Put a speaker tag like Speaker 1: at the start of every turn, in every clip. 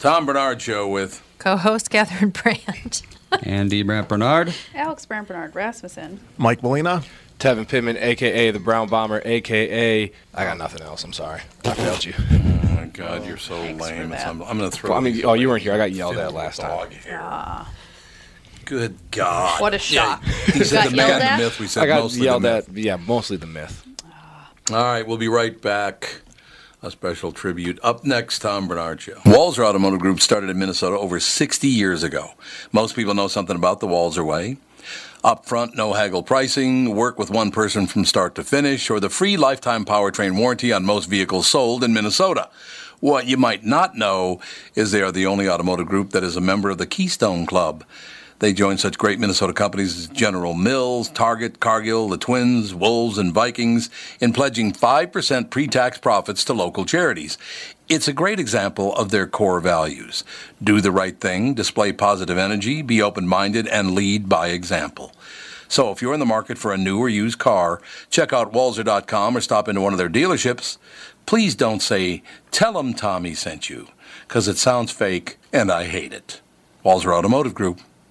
Speaker 1: Tom Bernard Show with
Speaker 2: Co-host Catherine Brandt.
Speaker 3: Andy Brant Bernard.
Speaker 4: Alex Brant Bernard Rasmussen.
Speaker 5: Mike Molina.
Speaker 6: Tevin Pittman, aka the Brown Bomber, aka I got nothing else. I'm sorry, I failed you.
Speaker 1: Oh my God, you're so
Speaker 4: thanks for
Speaker 1: lame.
Speaker 4: that.
Speaker 1: I'm, I'm gonna throw.
Speaker 6: I mean,
Speaker 1: these
Speaker 6: oh, you weren't here. I got yelled at last time.
Speaker 1: dog hair. Good God!
Speaker 4: What a shock.
Speaker 1: He said
Speaker 4: Got
Speaker 1: the man
Speaker 4: yelled
Speaker 1: the
Speaker 4: at?
Speaker 1: myth. We said
Speaker 6: I got
Speaker 1: mostly the
Speaker 6: yelled
Speaker 1: myth.
Speaker 6: at. Yeah, mostly the myth.
Speaker 1: All right, we'll be right back. A special tribute. Up next, Tom Bernard Show. Walzer Automotive Group started in Minnesota over 60 years ago. Most people know something about the Walzer Way. Upfront, no haggle pricing, work with one person from start to finish, or the free lifetime powertrain warranty on most vehicles sold in Minnesota. What you might not know is they are the only automotive group that is a member of the Keystone Club. They join such great Minnesota companies as General Mills, Target, Cargill, the Twins, Wolves, and Vikings in pledging 5% pre tax profits to local charities. It's a great example of their core values do the right thing, display positive energy, be open minded, and lead by example. So if you're in the market for a new or used car, check out Walzer.com or stop into one of their dealerships. Please don't say, Tell 'em Tommy sent you, because it sounds fake and I hate it. Walzer Automotive Group,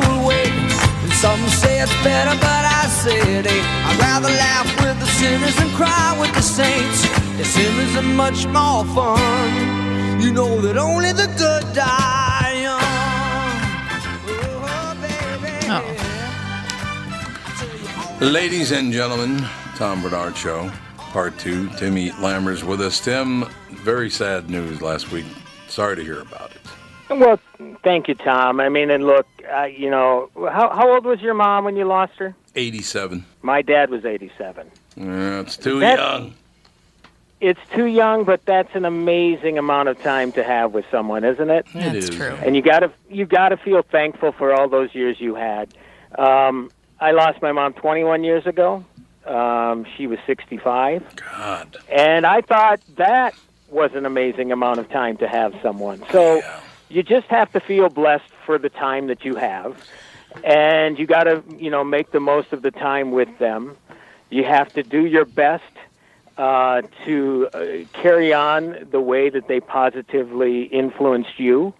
Speaker 7: will wait. And some say it's better, but I say it ain't. I'd rather laugh with the sinners and cry with the saints. The sinners are much more fun. You know that only the good die young. Oh, baby.
Speaker 1: Ladies and gentlemen, Tom Bernard Show, part two. Timmy Lammer's with us. Tim, very sad news last week. Sorry to hear about it.
Speaker 8: Well, thank you, Tom. I mean, and look, uh, you know, how, how old was your mom when you lost her?
Speaker 1: 87.
Speaker 8: My dad was 87.
Speaker 1: That's too
Speaker 8: That-
Speaker 1: young.
Speaker 8: It's too young, but that's an amazing amount of time to have with someone, isn't it?
Speaker 2: That's
Speaker 1: is.
Speaker 2: true.
Speaker 8: And you gotta you gotta feel thankful for all those years you had. Um, I lost my mom 21 years ago. Um, she was 65.
Speaker 1: God.
Speaker 8: And I thought that was an amazing amount of time to have someone. So you just have to feel blessed for the time that you have. And you got to, you know, make the most of the time with them. You have to do your best uh, to uh, carry on the way that they positively influenced you.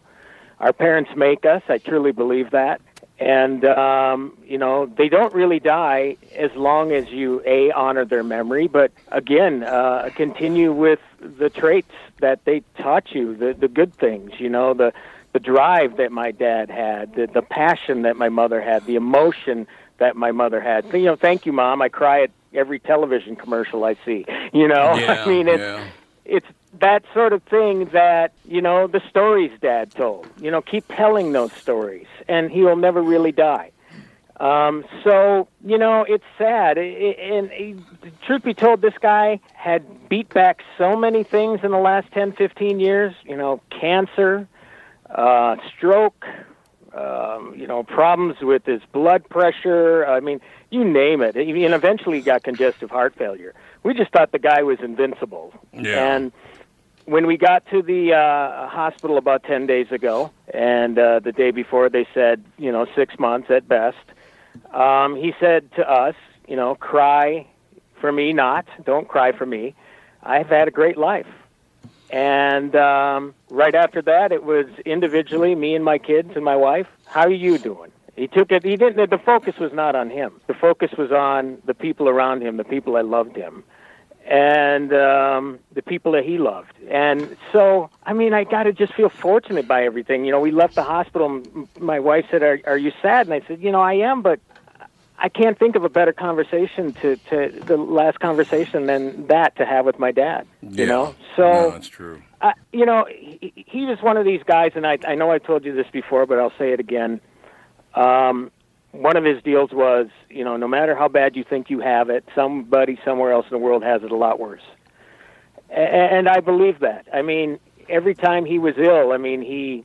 Speaker 8: Our parents make us. I truly believe that. And, um, you know, they don't really die as long as you, A, honor their memory, but again, uh, continue with the traits that they taught you, the, the good things, you know, the, the drive that my dad had, the, the passion that my mother had, the emotion that my mother had. You know, thank you, Mom. I cry at every television commercial I see. You know,
Speaker 1: Yeah,
Speaker 8: I mean, it's,
Speaker 1: yeah.
Speaker 8: it's that sort of thing that you know the stories dad told you know keep telling those stories and he'll never really die um, so you know it's sad I- I- and uh, truth be told this guy had beat back so many things in the last 10 15 years you know cancer uh, stroke um, you know problems with his blood pressure i mean you name it and eventually he got congestive heart failure we just thought the guy was invincible
Speaker 1: Yeah.
Speaker 8: and when we got to the uh, hospital about 10 days ago, and uh, the day before they said, you know, six months at best, um, he said to us, you know, cry for me not. Don't cry for me. I've had a great life. And um, right after that, it was individually me and my kids and my wife. How are you doing? He took it. He didn't. The focus was not on him. The focus was on the people around him, the people that loved him, and um, the people that he loved. And so, I mean, I got to just feel fortunate by everything. You know, we left the hospital. And my wife said, "Are, are you sad?" And I said, "You know, I am, but I can't think of a better conversation to, to the last conversation than that to have with my dad. You know, so
Speaker 1: no, it's true.
Speaker 8: I, Uh, you know, he, he was one of these guys, and I, I know I told you this before, but I'll say it again. Um, one of his deals was, you know, no matter how bad you think you have it, somebody somewhere else in the world has it a lot worse. A- And I believe that. I mean, every time he was ill, I mean, he,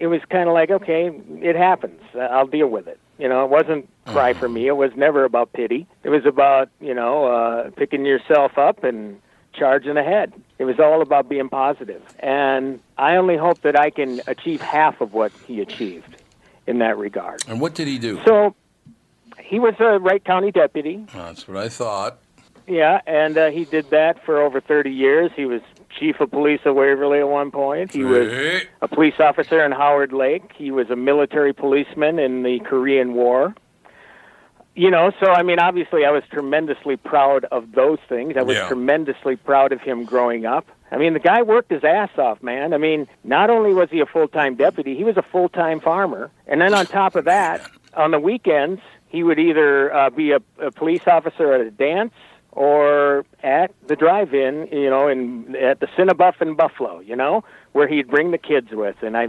Speaker 8: it was kind of like, okay, it happens. I'll deal with it. You know, it wasn't cry for me. It was never about pity. It was about, you know, uh, picking yourself up and charging ahead. It was all about being positive. And I only hope that I can achieve half of what he achieved in that regard.
Speaker 1: And what did he do?
Speaker 8: So he was a Wright County deputy.
Speaker 1: That's what I thought.
Speaker 8: Yeah, and uh, he did that for over 30 years. He was chief of police of Waverly at one point. He was
Speaker 1: Hey.
Speaker 8: a police officer in Howard Lake. He was a military policeman in the Korean War. You know, so I mean, obviously, I was tremendously proud of those things. I was
Speaker 1: Yeah.
Speaker 8: tremendously proud of him growing up. I mean, the guy worked his ass off, man. I mean, not only was he a full time deputy, he was a full time farmer. And then on top of that, on the weekends, he would either uh, be a, a police officer at a dance or at the drive in, you know, in, at the Cinebuff in Buffalo, you know, where he'd bring the kids with. And I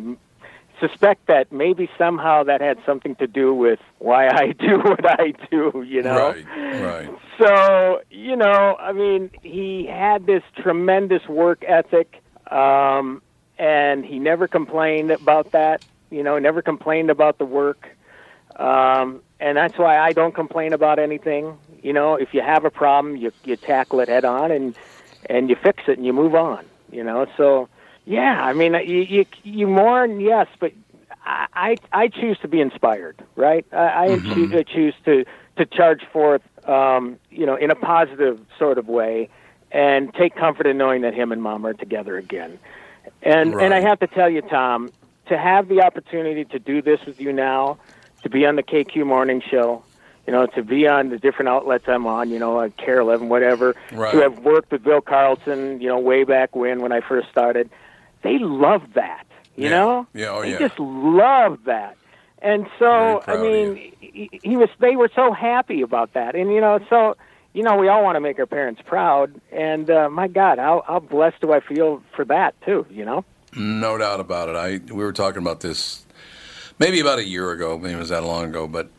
Speaker 8: suspect that maybe somehow that had something to do with why I do what I do, you know?
Speaker 1: Right, right.
Speaker 8: So, you know, I mean, he had this tremendous work ethic, um, and he never complained about that, you know, never complained about the work. Um, and that's why I don't complain about anything. You know, if you have a problem, you, you tackle it head on and, and you fix it and you move on, you know? So, yeah, I mean, you, you, you mourn, yes, but I, I I choose to be inspired, right? I, I choo- I choose to to charge forth, um, you know, in a positive sort of way, and take comfort in knowing that him and mom are together again. And and I
Speaker 1: Right.
Speaker 8: have to tell you, Tom, to have the opportunity to do this with you now, to be on the KQ morning show, you know, to be on the different outlets I'm on, you know, like Care 11, whatever,
Speaker 1: Right.
Speaker 8: to have worked with Bill Carlson, you know, way back when when I first started, they love that. You
Speaker 1: Yeah.
Speaker 8: know,
Speaker 1: Yeah, oh,
Speaker 8: they
Speaker 1: yeah.
Speaker 8: just love that. And so,
Speaker 1: Very proud
Speaker 8: I
Speaker 1: of
Speaker 8: mean, he, he was. They were so happy about that, and you know, so you know, we all want to make our parents proud. And uh, my God, how how blessed do I feel for that too? You know,
Speaker 1: No doubt about it. I we were talking about this maybe about a year ago, maybe it was that long ago, but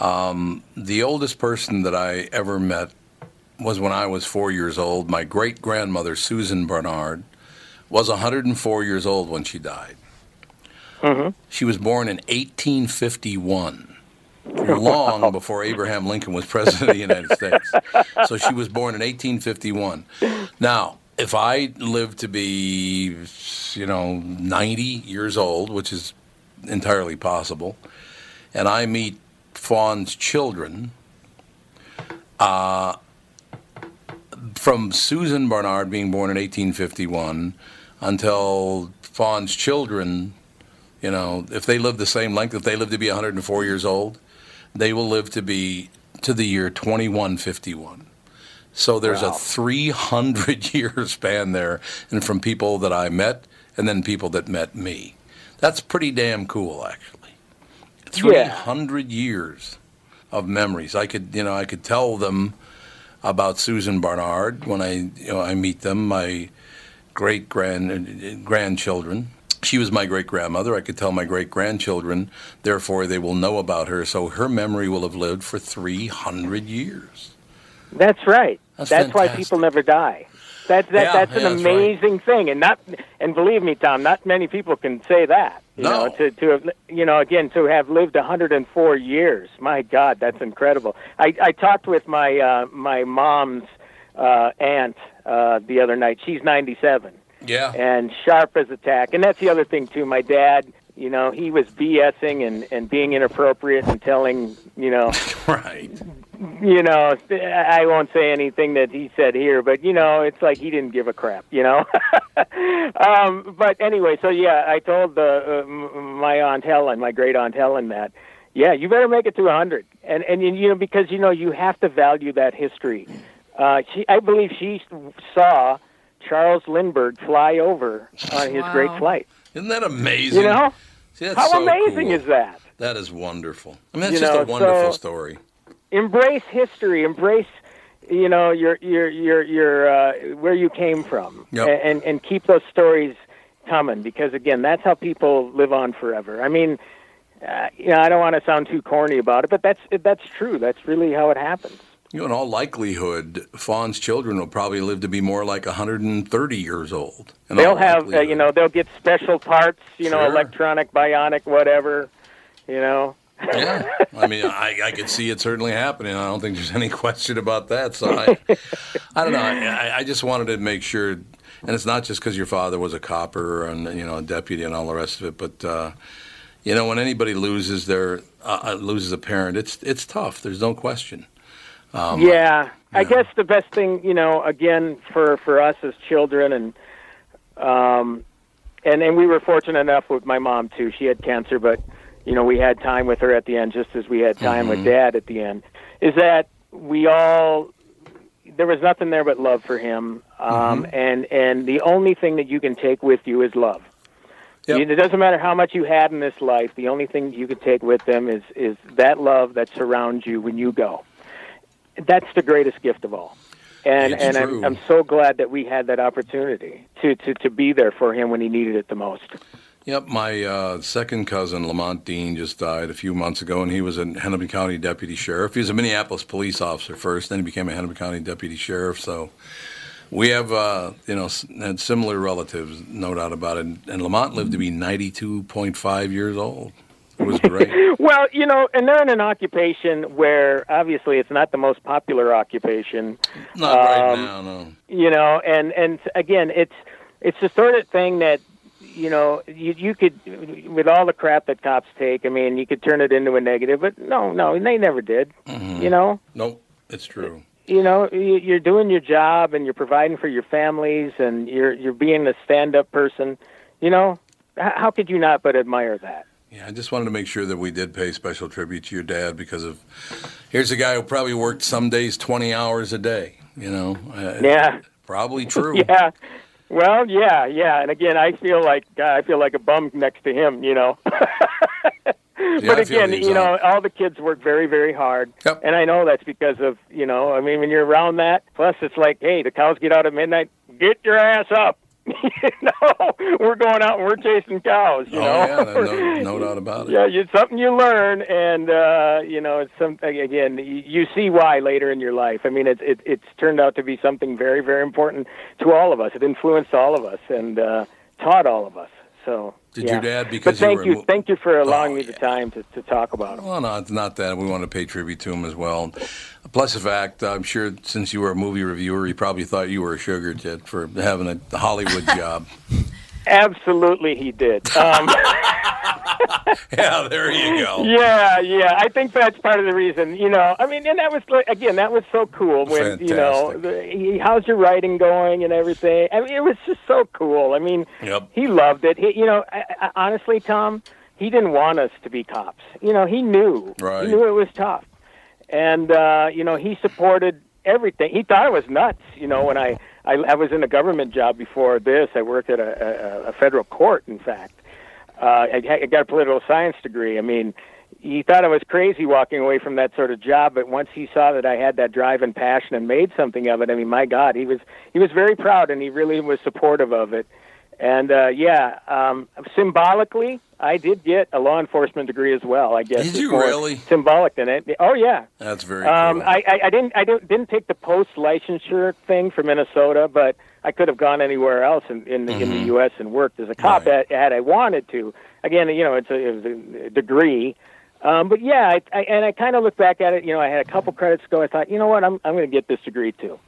Speaker 1: um, the oldest person that I ever met was when I was four years old. My great grandmother Susan Bernard was 104 years old when she died.
Speaker 8: mm-hmm.
Speaker 1: She was born in 1851. Long before Abraham Lincoln was president of the United States. So she was born in 1851. Now, if I live to be, you know, 90 years old, which is entirely possible, and I meet Fawn's children, uh, from Susan Barnard being born in 1851 until Fawn's children, you know, if they live the same length, if they live to be 104 years old, they will live to be to the year 2151. So there's a 300 year span there, and from people that I met and then people that met me. That's pretty damn cool, actually. 300 years of memories. I could, you know, I could tell them about Susan Barnard when I, you know, I meet them, my great grand grandchildren. She was my great grandmother. I could tell my great grandchildren, therefore they will know about her. So her memory will have lived for 300 years.
Speaker 8: that's right.
Speaker 1: That's
Speaker 8: why
Speaker 1: fantastic.
Speaker 8: people never die. That, that,
Speaker 1: Yeah,
Speaker 8: that's
Speaker 1: yeah,
Speaker 8: an
Speaker 1: that's right.
Speaker 8: amazing thing, and not and believe me, Tom, not many people can say that. You
Speaker 1: No.
Speaker 8: know, to to have, li- you know again to have lived 104 years. My God, that's incredible. I, I talked with my uh, my mom's uh, aunt uh, the other night. She's 97,
Speaker 1: Yeah.
Speaker 8: and sharp as a tack. And that's the other thing too. My dad, you know, he was BSing and and being inappropriate and telling, you know,
Speaker 1: Right.
Speaker 8: you know, I won't say anything that he said here, but you know, it's like he didn't give a crap, you know. um, but anyway, so yeah, I told the uh, m- my aunt Helen, my great aunt Helen, that yeah, you better make it to a hundred, and and you know because you know you have to value that history. Uh, she, I believe she saw Charles Lindbergh fly over on his
Speaker 2: Wow.
Speaker 8: great flight.
Speaker 1: Isn't that amazing?
Speaker 8: You know,
Speaker 1: See, that's
Speaker 8: how
Speaker 1: so
Speaker 8: amazing
Speaker 1: cool.
Speaker 8: is that?
Speaker 1: That is wonderful. I mean, that's
Speaker 8: You
Speaker 1: just
Speaker 8: know,
Speaker 1: a
Speaker 8: so-
Speaker 1: wonderful story.
Speaker 8: embrace history embrace you know your your your your uh, where you came from
Speaker 1: Yep.
Speaker 8: A- and and keep those stories coming because again that's how people live on forever i mean uh, you know i don't want to sound too corny about it but that's that's true that's really how it happens
Speaker 1: You know, in all likelihood, Fawn's children will probably live to be more like 130 years old. In all
Speaker 8: they'll have uh,
Speaker 1: likelihood.
Speaker 8: you know they'll get special parts you know
Speaker 1: Sure.
Speaker 8: electronic bionic whatever you know
Speaker 1: Yeah, I mean, I, I could see it certainly happening. I don't think there's any question about that. So I, I don't know. I, I just wanted to make sure, and it's not just because your father was a copper and you know a deputy and all the rest of it, but uh, you know when anybody loses their uh, uh, loses a parent, it's it's tough. There's no question.
Speaker 8: yeah, I
Speaker 1: um, yeah.
Speaker 8: guess the best thing, you know, again for for us as children, and um, and and we were fortunate enough with my mom too. She had cancer, but you know, we had time with her at the end, just as we had time with
Speaker 1: Mm-hmm.
Speaker 8: Dad at the end. Is that we all there was nothing there but love for him, um, and and the only thing that you can take with you is love.
Speaker 1: Yep.
Speaker 8: It doesn't matter how much you had in this life. The only thing you can take with them is is that love that surrounds you when you go that's the greatest gift of all. And
Speaker 1: It's
Speaker 8: and
Speaker 1: true.
Speaker 8: I'm, I'm so glad that we had that opportunity to, to, to be there for him when he needed it the most.
Speaker 1: Yep, my uh, second cousin Lamont Dean just died a few months ago, and he was a Hennepin County deputy sheriff. He was a Minneapolis police officer first, then he became a Hennepin County deputy sheriff. So we have, uh, you know, s- had similar relatives, no doubt about it. And Lamont lived to be ninety-two point five years old. It was great.
Speaker 8: Well, you know, and they're in an occupation where obviously it's not the most popular occupation, Um,
Speaker 1: Not right now, no.
Speaker 8: you know, and and again, it's it's the sort of thing that you know you you could with all the crap that cops take. I mean, you could turn it into a negative, but no, no, they never did.
Speaker 1: Mm-hmm.
Speaker 8: You know,
Speaker 1: Nope, it's true.
Speaker 8: you know you- you're doing your job and you're providing for your families and you're you're being a stand up person you know H- how could you not but admire that
Speaker 1: Yeah, I just wanted to make sure that we did pay special tribute to your dad because of here's a guy who probably worked some days twenty hours a day. You know, Uh,
Speaker 8: yeah
Speaker 1: probably true.
Speaker 8: yeah well yeah yeah and again i feel like God, i feel like a bum next to him you know
Speaker 1: Yeah,
Speaker 8: but
Speaker 1: I feel
Speaker 8: again
Speaker 1: the
Speaker 8: you know
Speaker 1: anxiety.
Speaker 8: all the kids work very very hard
Speaker 1: Yep.
Speaker 8: and i know that's because of you know i mean when you're around that plus it's like hey the cows get out at midnight get your ass up you know we're going out and we're chasing cows you
Speaker 1: oh
Speaker 8: know
Speaker 1: yeah, no, no, no doubt about it.
Speaker 8: Yeah, it's something you learn, and uh, you know, it's some again. You you see why later in your life. I mean, it's it, it's turned out to be something very, very important to all of us. It influenced all of us and uh, taught all of us. So,
Speaker 1: Did
Speaker 8: yeah.
Speaker 1: your dad, because
Speaker 8: but
Speaker 1: you
Speaker 8: thank
Speaker 1: were
Speaker 8: you,
Speaker 1: mo-
Speaker 8: thank you for allowing
Speaker 1: Oh,
Speaker 8: me the time to, to talk about him.
Speaker 1: Well, no, it's not that. We want to pay tribute to him as well. Plus, the fact I'm sure since you were a movie reviewer, he probably thought you were a sugar tit for having a Hollywood job.
Speaker 8: Absolutely, he did. Um,
Speaker 1: yeah, there you go.
Speaker 8: yeah, yeah. I think that's part of the reason. You know, I mean, and that was like, again, that was so cool when you know, the, he, how's your writing going and everything. I mean, it was just so cool. I mean,
Speaker 1: Yep.
Speaker 8: he loved it. He, you know, I, I, honestly, Tom, he didn't want us to be cops. You know, he knew.
Speaker 1: Right.
Speaker 8: He knew it was tough, and uh, you know, he supported everything. He thought it was nuts. You know, when I I, I was in a government job before this, I worked at a, a, a federal court. In fact, uh, I, I got a political science degree. I mean. He thought I was crazy walking away from that sort of job, but once he saw that I had that drive and passion and made something of it, I mean, my God, he was he was very proud and he really was supportive of it. And uh, yeah, um, symbolically, I did get a law enforcement degree as well. I guess
Speaker 1: Did
Speaker 8: it's
Speaker 1: you
Speaker 8: more
Speaker 1: really?
Speaker 8: symbolic than it. Oh yeah.
Speaker 1: That's very
Speaker 8: Um,
Speaker 1: cool.
Speaker 8: I, I, I didn't I didn't, didn't take the post licensure thing for Minnesota, but I could have gone anywhere else in in the, in the U.S. and worked as a cop
Speaker 1: Mm-hmm. Right.
Speaker 8: had, had I wanted to. Again, you know, it's a, it was a degree. Um, but yeah, I, I, and I kind of look back at it. You know, I had a couple credits to go. I thought, you know what, I'm I'm going to get this degree too.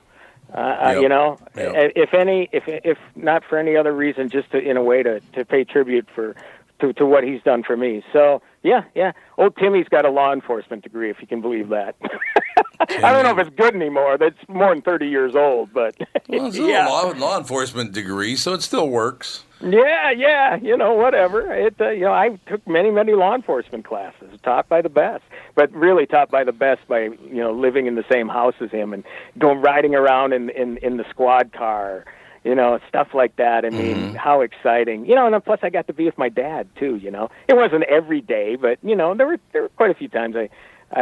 Speaker 8: Uh,
Speaker 1: Yep.
Speaker 8: You know,
Speaker 1: Yep.
Speaker 8: i- if any, if if not for any other reason, just to, in a way to to pay tribute for to to what he's done for me. So yeah, yeah. Old Oh, Timmy's got a law enforcement degree, if you can believe that. I don't know if it's good anymore. That's more than thirty years old, but
Speaker 1: Well, it's a
Speaker 8: yeah.
Speaker 1: law, law enforcement degree, so it still works.
Speaker 8: Yeah, yeah, you know, whatever. It, uh, you know, I took many, many law enforcement classes, taught by the best, but really taught by the best by you know living in the same house as him and going riding around in in in the squad car, you know, stuff like that. I mean,
Speaker 1: Mm-hmm.
Speaker 8: how exciting, you know. And then plus, I got to be with my dad too. You know, it wasn't every day, but you know, there were there were quite a few times I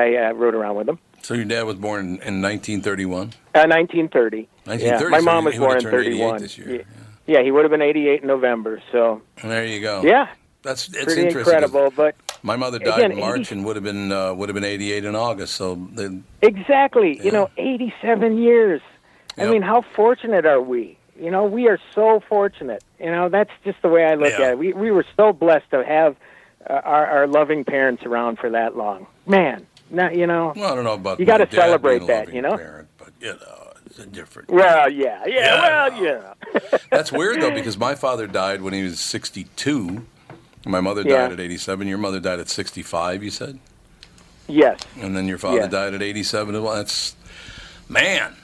Speaker 8: I uh, rode around with him.
Speaker 1: So your dad was born in, in 1931.
Speaker 8: Uh, 1930. Yeah,
Speaker 1: 1930,
Speaker 8: my
Speaker 1: so
Speaker 8: mom
Speaker 1: he-
Speaker 8: was
Speaker 1: he
Speaker 8: born
Speaker 1: would've
Speaker 8: in
Speaker 1: turned 88
Speaker 8: 31.
Speaker 1: this year,
Speaker 8: Yeah, yeah, he would have been 88 in November. So
Speaker 1: There you go.
Speaker 8: yeah.
Speaker 1: that's it's
Speaker 8: Pretty
Speaker 1: interesting 'cause
Speaker 8: incredible, but
Speaker 1: My mother died
Speaker 8: Again,
Speaker 1: in March
Speaker 8: 80
Speaker 1: and would have been uh, would have been 88 in August. So they,
Speaker 8: Exactly.
Speaker 1: Yeah.
Speaker 8: You know, 87 years.
Speaker 1: Yep.
Speaker 8: I mean, how fortunate are we? You know, we are so fortunate. You know, that's just the way I look
Speaker 1: Yeah.
Speaker 8: at it. We we were so blessed to have uh, our our loving parents around for that long. Man, not you know.
Speaker 1: well, I don't know about
Speaker 8: You gotta
Speaker 1: my dad being a
Speaker 8: celebrate that,
Speaker 1: loving
Speaker 8: you know?
Speaker 1: Parent, but you know, it's a different.
Speaker 8: Well, yeah, yeah,
Speaker 1: Yeah.
Speaker 8: well, yeah.
Speaker 1: That's weird though, because my father died when he was 62. My mother
Speaker 8: Yeah.
Speaker 1: died at 87. Your mother died at 65. You said,
Speaker 8: yes.
Speaker 1: and then your father
Speaker 8: Yeah.
Speaker 1: died at 87. Well, that's man,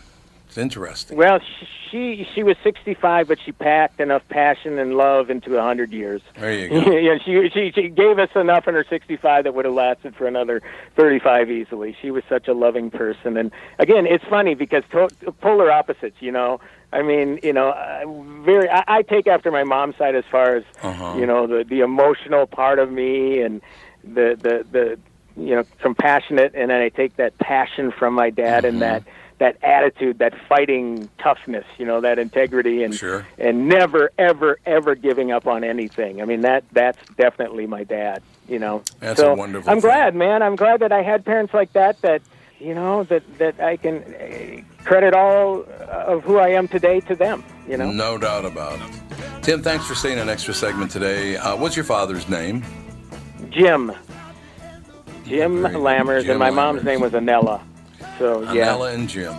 Speaker 1: it's interesting.
Speaker 8: Well, sh- she she was 65, but she packed enough passion and love into 100 years.
Speaker 1: There you go.
Speaker 8: yeah, she, she she gave us enough in her 65 that would have lasted for another 35 easily. She was such a loving person, and again, it's funny because to- polar opposites, you know. I mean, you know, I- very. I, I take after my mom's side as far as
Speaker 1: Oh. Uh-huh.
Speaker 8: you know the the emotional part of me and the the the you know compassionate, and then I take that passion from my dad and
Speaker 1: Mm-hmm.
Speaker 8: that that attitude, that fighting toughness, you know, that integrity and
Speaker 1: Sure.
Speaker 8: and never ever ever giving up on anything. I mean that that's definitely my dad, you know.
Speaker 1: That's
Speaker 8: so
Speaker 1: a wonderful
Speaker 8: I'm
Speaker 1: thing.
Speaker 8: glad, man. I'm glad that I had parents like that that you know that that I can uh, credit all of who I am today to them, you know.
Speaker 1: No doubt about it. Tim, thanks for staying an extra segment today. Uh, what's your father's name?
Speaker 8: Jim Jim
Speaker 1: Very good.
Speaker 8: Lammers
Speaker 1: Jim
Speaker 8: and my mom's
Speaker 1: Lammers.
Speaker 8: name was Anella. So yeah.
Speaker 1: Anella and Jim.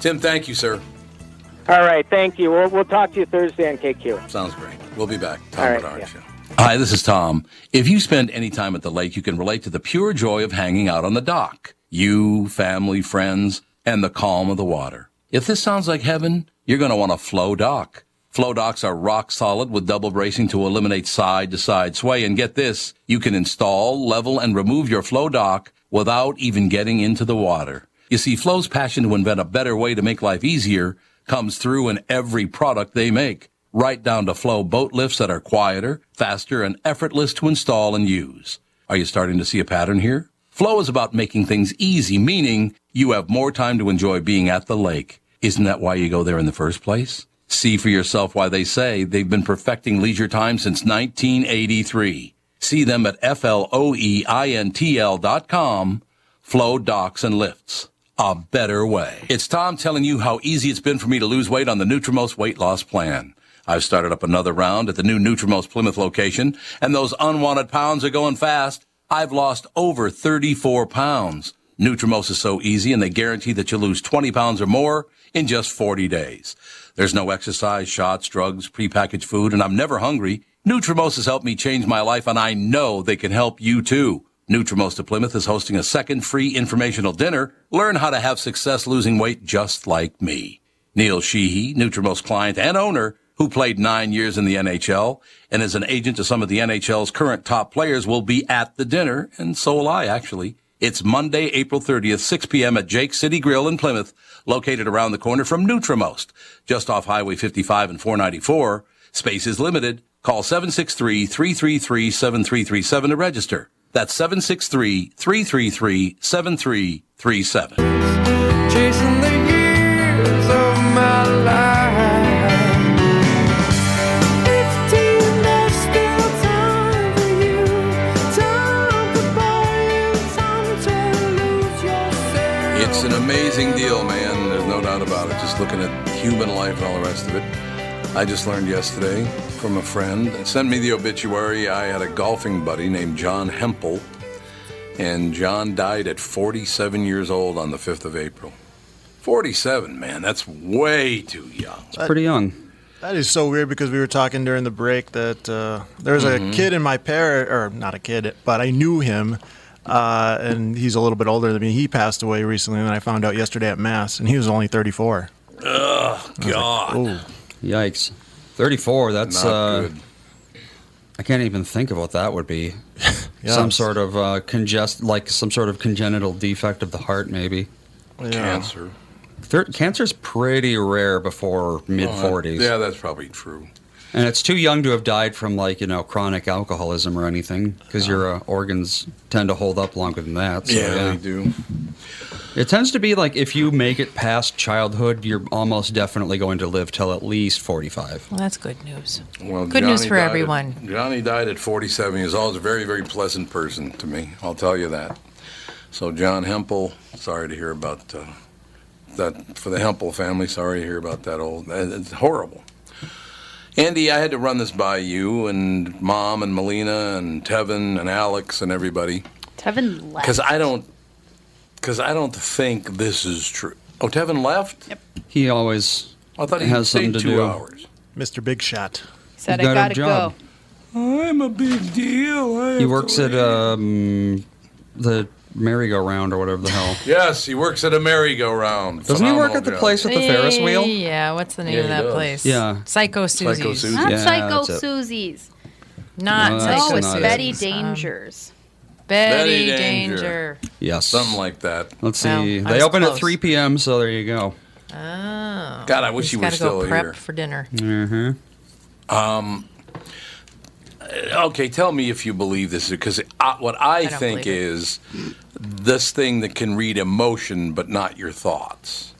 Speaker 1: Tim, thank you, sir.
Speaker 8: All right, thank you. We'll, we'll talk to you Thursday on KQ.
Speaker 1: Sounds great. We'll be back. Tom
Speaker 8: All right,
Speaker 1: Bernard
Speaker 8: yeah.
Speaker 1: Show. Hi, this is Tom. If you spend any time at the lake, you can relate to the pure joy of hanging out on the dock. You, family, friends, and the calm of the water. If this sounds like heaven, you're going to want a flow dock. Flow docks are rock solid with double bracing to eliminate side to side sway. And get this, you can install, level, and remove your flow dock without even getting into the water. You see, Flow's passion to invent a better way to make life easier comes through in every product they make, right down to Flow boat lifts that are quieter, faster, and effortless to install and use. Are you starting to see a pattern here? Flow is about making things easy, meaning you have more time to enjoy being at the lake. Isn't that why you go there in the first place? See for yourself why they say they've been perfecting leisure time since 1983. See them at E F-L-O-E-I-N-T-L dot com Flow docks and lifts. A better way. It's Tom telling you how easy it's been for me to lose weight on the Nutrimost weight loss plan. I've started up another round at the new Nutrimost Plymouth location, and those unwanted pounds are going fast. I've lost over 34 pounds. Nutrimost is so easy, and they guarantee that you'll lose 20 pounds or more in just 40 days. There's no exercise, shots, drugs, prepackaged food, and I'm never hungry. Nutrimos has helped me change my life, and I know they can help you too. Nutrimos to Plymouth is hosting a second free informational dinner. Learn how to have success losing weight just like me. Neil Sheehy, Nutrimos client and owner, who played nine years in the NHL and is an agent to some of the NHL's current top players, will be at the dinner, and so will I, actually. It's Monday, April 30th, 6 p.m. at Jake City Grill in Plymouth, located around the corner from Nutrimost, just off Highway 55 and 494. Space is limited. Call 763-333-7337 to register. That's 763-333-7337.
Speaker 7: chasing the years of my life.
Speaker 1: It's an amazing deal, man. There's no doubt about it. Just looking at human life and all the rest of it. I just learned yesterday from a friend. Send me the obituary. I had a golfing buddy named John Hempel, and John died at 47 years old on the 5th of April. Forty-seven, man, that's way too young.
Speaker 3: It's pretty young.
Speaker 5: That is so weird because we were talking during the break that uh, there was
Speaker 1: Mm-hmm.
Speaker 5: a kid in my pair, or not a kid, but I knew him, uh, and he's a little bit older than me. He passed away recently, and I found out yesterday at mass, and he was only 34.
Speaker 1: God,
Speaker 5: Oh,
Speaker 3: Yikes. 34, that's.
Speaker 1: not
Speaker 3: uh,
Speaker 1: good.
Speaker 3: I can't even think of what that would be.
Speaker 5: Yeah.
Speaker 3: Some sort of uh, congest, like some sort of congenital defect of the heart, maybe.
Speaker 5: yeah.
Speaker 1: Cancer.
Speaker 3: Thir- cancer's pretty rare before mid
Speaker 1: Uh,
Speaker 3: 40s.
Speaker 1: Yeah, that's probably true.
Speaker 3: And it's too young to have died from like you know chronic alcoholism or anything because your uh, organs tend to hold up longer than that. So, yeah,
Speaker 1: they do.
Speaker 3: it tends to be like if you make it past childhood, you're almost definitely going to live till at least forty-five.
Speaker 2: Well, that's good news.
Speaker 1: Well,
Speaker 2: Good news
Speaker 1: Johnny
Speaker 2: for
Speaker 1: died at-
Speaker 2: everyone.
Speaker 1: Johnny died at 47 years old. He's a very, very pleasant person to me. I'll tell you that. So, John Hempel, sorry to hear about uh, that. For the Hempel family, sorry to hear about that old. uh, It's horrible. Andy, I had to run this by you and Mom and Melina and Tevin and Alex and everybody
Speaker 4: Tevin left.
Speaker 1: because I don't, because I don't think this is true. Oh, Tevin left. Yep.
Speaker 3: He always
Speaker 1: I thought he
Speaker 3: Has
Speaker 1: stayed
Speaker 3: something to
Speaker 1: two
Speaker 3: do.
Speaker 1: hours.
Speaker 5: Mr. Big Shot.
Speaker 4: said
Speaker 3: He's
Speaker 4: I
Speaker 3: got
Speaker 4: gotta
Speaker 3: a
Speaker 4: go.
Speaker 3: job.
Speaker 1: I'm a big deal. I
Speaker 3: he
Speaker 1: have
Speaker 3: works
Speaker 1: to
Speaker 3: at
Speaker 1: leave.
Speaker 3: um, the merry-go-round or whatever the hell.
Speaker 1: Yes, he works at a merry-go-round.
Speaker 3: Doesn't he work
Speaker 1: Phenomenal
Speaker 3: at the
Speaker 1: job.
Speaker 3: place with the Ferris wheel?
Speaker 2: Yeah, what's the name
Speaker 1: Yeah,
Speaker 2: of
Speaker 1: he
Speaker 2: that
Speaker 1: does.
Speaker 2: place?
Speaker 3: Yeah.
Speaker 2: Psycho Susie's.
Speaker 1: Psycho Susie.
Speaker 3: Yeah,
Speaker 9: Not
Speaker 3: that's
Speaker 9: Psycho
Speaker 3: it.
Speaker 9: Susie's.
Speaker 2: Not
Speaker 3: No, that's
Speaker 9: No,
Speaker 2: Psycho
Speaker 3: Actually
Speaker 9: it's
Speaker 3: not it.
Speaker 2: Susie's.
Speaker 9: Betty
Speaker 2: Um,
Speaker 9: Dangers.
Speaker 2: Betty
Speaker 1: Betty Danger.
Speaker 2: Danger.
Speaker 3: Yes.
Speaker 1: Something like that.
Speaker 3: Let's see.
Speaker 2: Well,
Speaker 3: they
Speaker 2: I was
Speaker 3: open at
Speaker 2: close.
Speaker 3: three p.m. So there you go.
Speaker 2: Oh.
Speaker 1: God, I wish
Speaker 2: He's
Speaker 1: he were
Speaker 2: gotta
Speaker 1: still
Speaker 2: go prep
Speaker 1: here.
Speaker 2: for dinner.
Speaker 3: Mm-hmm.
Speaker 1: Um, Okay, tell me if you believe this, because I, what I,
Speaker 2: don't
Speaker 1: think
Speaker 2: believe it.
Speaker 1: is this thing that can read emotion but not your thoughts.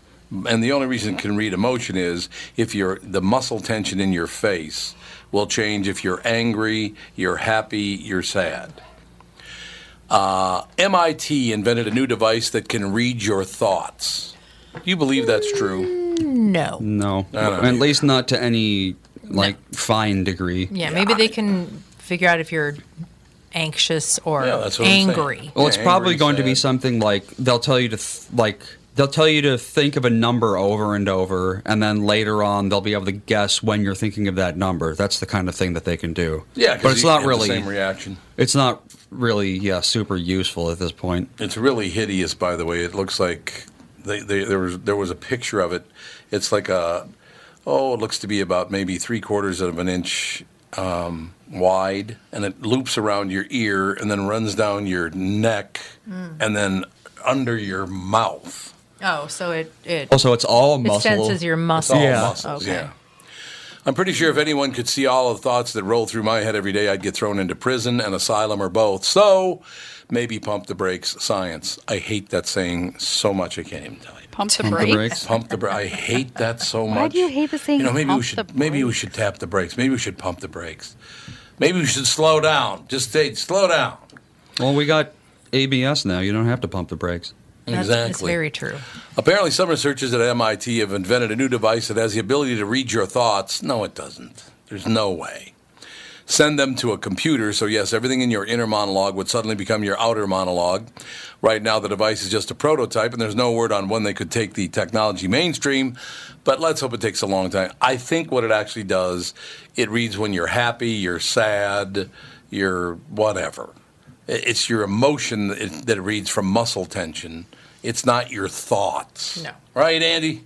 Speaker 1: And the only reason it can read emotion is if your the muscle tension in your face will change if you're angry, you're happy, you're sad. Uh, MIT invented a new device that can read your thoughts. Do you believe that's true?
Speaker 2: No.
Speaker 3: No.
Speaker 1: don't
Speaker 3: At least not to any like fine degree.
Speaker 2: Yeah, maybe they can figure out if you're anxious or
Speaker 1: Yeah, that's what I'm saying.
Speaker 2: angry.
Speaker 3: Well, it's
Speaker 1: Yeah,
Speaker 3: probably
Speaker 1: angry,
Speaker 3: going to be
Speaker 1: sad.
Speaker 3: something like they'll tell you to th- like they'll tell you to think of a number over and over, and then later on they'll be able to guess when you're thinking of that number. That's the kind of thing that they can do.
Speaker 1: Yeah, 'cause
Speaker 3: but it's
Speaker 1: you
Speaker 3: not
Speaker 1: have the same
Speaker 3: really
Speaker 1: reaction.
Speaker 3: it's not really yeah super useful at this point.
Speaker 1: It's really hideous, by the way. It looks like they, they, there was there was a picture of it. It's like a oh, it looks to be about maybe three quarters of an inch um, wide, and it loops around your ear and then runs down your neck and then under your mouth.
Speaker 2: Mm. Oh, so it it,
Speaker 3: Also, it's all
Speaker 2: it
Speaker 3: muscle.
Speaker 2: senses your
Speaker 1: It's
Speaker 2: muscle.
Speaker 1: all
Speaker 3: Yeah.
Speaker 1: muscles.
Speaker 2: Okay.
Speaker 1: Yeah. I'm pretty sure if anyone could see all the thoughts that roll through my head every day, I'd get thrown into prison, an asylum, or both. So maybe pump the brakes, science. I hate that saying so much. I can't even tell you.
Speaker 4: Pump the
Speaker 3: Pump the
Speaker 4: brakes.
Speaker 3: brakes.
Speaker 1: Pump the brakes. I hate that so much.
Speaker 9: do you hate the saying
Speaker 1: You know, maybe we
Speaker 9: pump
Speaker 1: should.
Speaker 9: the
Speaker 1: maybe we
Speaker 9: brakes?
Speaker 1: should tap the brakes. Maybe we should pump the brakes. Maybe we should slow down. Just say slow down.
Speaker 3: Well, we got ABS now. You don't have to pump the brakes.
Speaker 2: That's,
Speaker 1: exactly.
Speaker 2: It's very true.
Speaker 1: Apparently, some researchers at MIT have invented a new device that has the ability to read your thoughts. No, it doesn't. There's no way. Send them to a computer, so yes, everything in your inner monologue would suddenly become your outer monologue. Right now, the device is just a prototype, and there's no word on when they could take the technology mainstream, but let's hope it takes a long time. I think what it actually does, it reads when you're happy, you're sad, you're whatever. It- It's your emotion that it, that it reads from muscle tension. It's not your thoughts.
Speaker 2: No.
Speaker 1: Right, Andy?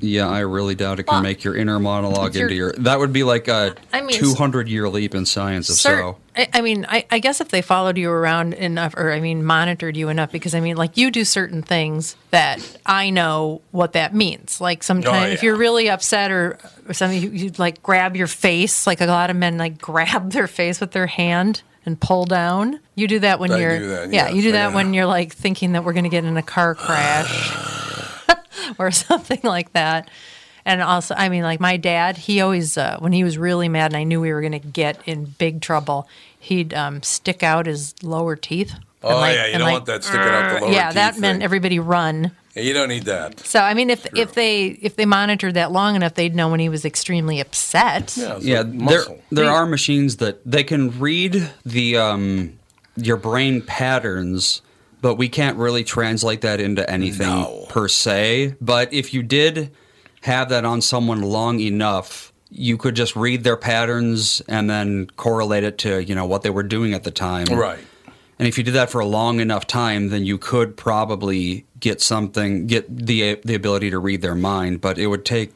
Speaker 3: Yeah, I really doubt it can
Speaker 2: Well,
Speaker 3: make your inner monologue
Speaker 2: it's your-
Speaker 3: into your. That would be like a
Speaker 2: I mean,
Speaker 3: 200 year leap in science if
Speaker 2: Cer-
Speaker 3: so.
Speaker 2: I, I mean, I, I guess if they followed you around enough, or I mean, monitored you enough, because I mean, like you do certain things that I know what that means. Like sometimes, if
Speaker 1: Oh, yeah.
Speaker 2: you're really upset or, or something, you, you'd like grab your face. Like a lot of men, like grab their face with their hand and pull down. You do that when
Speaker 1: I
Speaker 2: you're,
Speaker 1: do that,
Speaker 2: yeah,
Speaker 1: yes,
Speaker 2: you do
Speaker 1: I
Speaker 2: that
Speaker 1: know.
Speaker 2: when you're like thinking that we're going to get in a car crash or something like that. And also, I mean, like my dad, he always, uh, when he was really mad and I knew we were going to get in big trouble, he'd um, stick out his lower teeth. and,
Speaker 1: Oh,
Speaker 2: like-
Speaker 1: yeah, you
Speaker 2: and,
Speaker 1: don't
Speaker 2: like,
Speaker 1: want that sticking out the lower
Speaker 2: Uh, Yeah, that
Speaker 1: teeth
Speaker 2: meant
Speaker 1: thing.
Speaker 2: everybody run.
Speaker 1: Yeah, You don't need that.
Speaker 2: So I mean, if if they if they monitored that long enough, they'd know when he was extremely upset.
Speaker 1: Yeah, it's
Speaker 3: yeah,
Speaker 1: a
Speaker 3: there
Speaker 1: muscle.
Speaker 3: there are machines that they can read the um your brain patterns but we can't really translate that into anything per se. But if you did have that on someone long enough, you could just read their patterns and then correlate it to you know what they were doing at the time,
Speaker 1: Right.
Speaker 3: And if you did that for a long enough time, then you could probably get something, get the the ability to read their mind. But it would take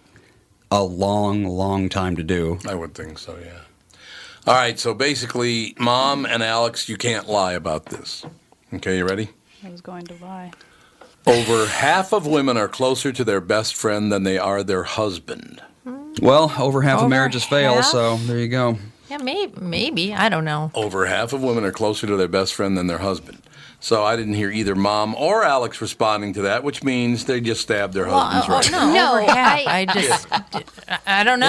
Speaker 3: a long, long time to do.
Speaker 1: I would think so, yeah. All right, so basically, Mom and Alex, you can't lie about this. Okay, you ready?
Speaker 4: I was going to lie.
Speaker 1: Over half of women are closer to their best friend than they are their husband.
Speaker 3: Well, over half
Speaker 2: Over
Speaker 3: of marriages fail,
Speaker 2: half?
Speaker 3: so there you go.
Speaker 2: Yeah, maybe, maybe. I don't know.
Speaker 1: Over half of women are closer to their best friend than their husband. So I didn't hear either Mom or Alex responding to that, which means they just stabbed their husbands Oh,
Speaker 2: Well, uh, oh,
Speaker 1: right.
Speaker 2: no,
Speaker 9: No,
Speaker 2: over half.
Speaker 9: I-
Speaker 2: I, just, I- I don't know.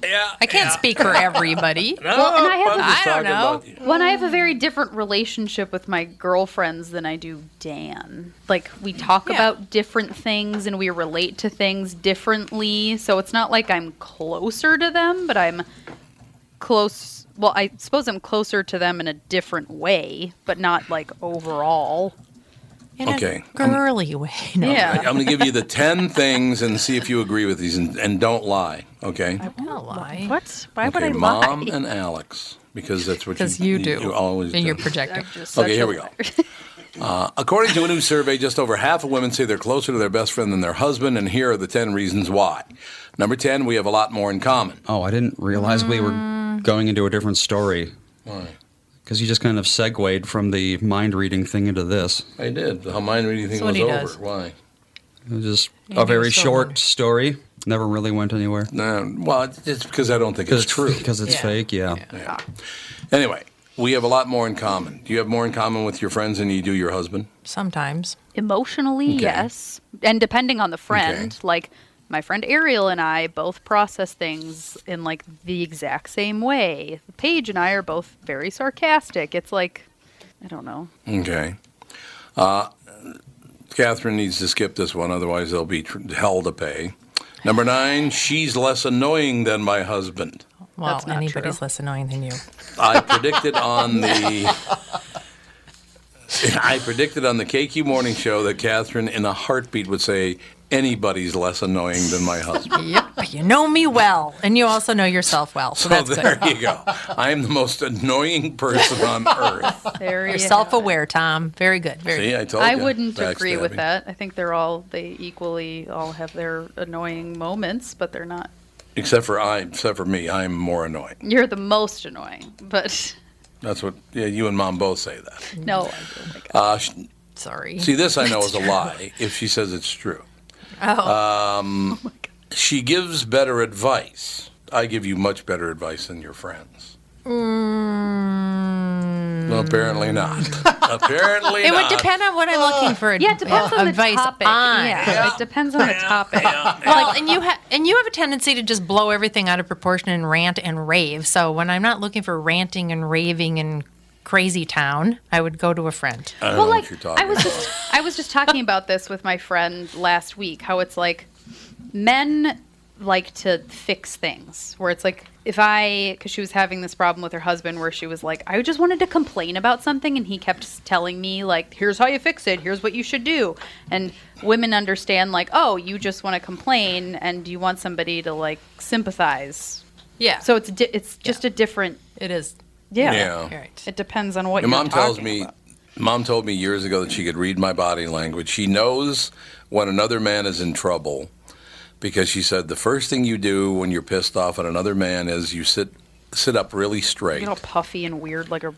Speaker 1: Yeah, yeah.
Speaker 2: I can't speak for everybody.
Speaker 9: Well, and I have-
Speaker 2: I don't know.
Speaker 9: When I have a very different relationship with my girlfriends than I do Dan. Like we talk
Speaker 2: Yeah.
Speaker 9: about different things and we relate to things differently. So it's not like I'm closer to them, but I'm close. Well, I suppose I'm closer to them in a different way, but not like overall.
Speaker 2: In
Speaker 1: Okay.
Speaker 2: a girly way. oh, No.
Speaker 9: yeah.
Speaker 1: I'm going to give you the 10 things and see if you agree with these and, and don't lie, okay?
Speaker 2: I'm not lying.
Speaker 4: What? Why would I
Speaker 1: okay,
Speaker 4: lie?
Speaker 1: Mom and Alex, because that's what
Speaker 2: Because you, do.
Speaker 1: You always
Speaker 2: and
Speaker 1: do.
Speaker 2: you're projecting.
Speaker 1: Okay, here we go. Uh, according to a new survey, just over half of women say they're closer to their best friend than their husband, and here are the 10 reasons why. Number 10, we have a lot more in common.
Speaker 3: Oh, I didn't realize we were going into a different story
Speaker 1: Why?
Speaker 3: because you just kind of segued from the mind reading thing into this.
Speaker 1: I did. The mind reading thing
Speaker 2: So what
Speaker 1: was
Speaker 2: he
Speaker 1: over.
Speaker 2: does.
Speaker 1: Why?
Speaker 3: It was just
Speaker 2: Yeah,
Speaker 3: a very
Speaker 2: it's so
Speaker 3: short
Speaker 2: hard.
Speaker 3: story. Never really went anywhere.
Speaker 1: No, well, it's- it's because I don't think it's, true.
Speaker 3: Because it's
Speaker 2: Yeah.
Speaker 3: fake, yeah.
Speaker 1: Yeah. Anyway, we have a lot more in common. Do you have more in common with your friends than you do your husband?
Speaker 2: Sometimes.
Speaker 9: Emotionally, yes. And depending on the friend,
Speaker 1: Okay.
Speaker 9: like my friend Ariel and I both process things in like the exact same way. Paige and I are both very sarcastic. It's like I don't know.
Speaker 1: Okay. Uh, Catherine needs to skip this one, otherwise, there'll be tr- hell to pay. Number nine, she's less annoying than my husband.
Speaker 2: Well,
Speaker 9: That's not
Speaker 2: anybody's
Speaker 9: true.
Speaker 2: less annoying than you.
Speaker 1: I predicted on the. I predicted on the KQ morning show that Catherine, in a heartbeat, would say, "Anybody's less annoying than my husband."
Speaker 2: But you know me well, and you also know yourself well. So,
Speaker 1: So
Speaker 2: that's
Speaker 1: there
Speaker 2: good.
Speaker 1: you go. I am the most annoying person on earth.
Speaker 9: There
Speaker 2: You're
Speaker 9: you have it.
Speaker 2: self-aware, Tom. Very good. Very
Speaker 1: See, I told
Speaker 9: I
Speaker 1: you.
Speaker 9: wouldn't agree with
Speaker 1: Backstabbing.
Speaker 9: that. I think they're all they equally all have their annoying moments, but they're not.
Speaker 1: Except for I, except for me, I'm more annoying.
Speaker 9: You're the most annoying, but
Speaker 1: That's what. Yeah, you and Mom both say that.
Speaker 9: no. I don't like
Speaker 1: Uh, sh-
Speaker 2: good. Sorry.
Speaker 1: see, this I know is a lie. If she says it's true.
Speaker 9: Uh,
Speaker 2: oh,
Speaker 1: Um, she gives better advice. I give you much better advice than your friends. Well, apparently not. apparently
Speaker 2: it
Speaker 1: not.
Speaker 2: would depend on what I'm looking for.
Speaker 9: yeah, it depends
Speaker 2: well,
Speaker 9: on the
Speaker 2: advice
Speaker 9: topic.
Speaker 2: on.
Speaker 9: Yeah, it depends on the topic.
Speaker 2: Well, and you ha- and you have a tendency to just blow everything out of proportion and rant and rave. So when I'm not looking for ranting and raving and crazy town, I would go to a friend.
Speaker 1: I don't
Speaker 9: well,
Speaker 1: know
Speaker 9: like
Speaker 1: what you're talking
Speaker 9: I was
Speaker 1: about.
Speaker 9: just I was just talking about this with my friend last week. How it's like men like to fix things. Where it's like if I because she was having this problem with her husband, where she was like, I just wanted to complain about something, and he kept s- telling me like, here's how you fix it, here's what you should do. And women understand like, oh, you just want to complain, and you want somebody to like sympathize.
Speaker 2: Yeah.
Speaker 9: So it's di- it's just a different
Speaker 2: it is.
Speaker 9: yeah.
Speaker 1: Yeah.
Speaker 2: All right.
Speaker 9: It depends on what
Speaker 1: Your
Speaker 9: you're
Speaker 1: mom tells
Speaker 9: talking
Speaker 1: me.
Speaker 9: about.
Speaker 1: Mom told me years ago that she could read my body language. She knows when another man is in trouble because she said the first thing you do when you're pissed off at another man is you sit sit up really straight.
Speaker 9: You know, puffy and weird like a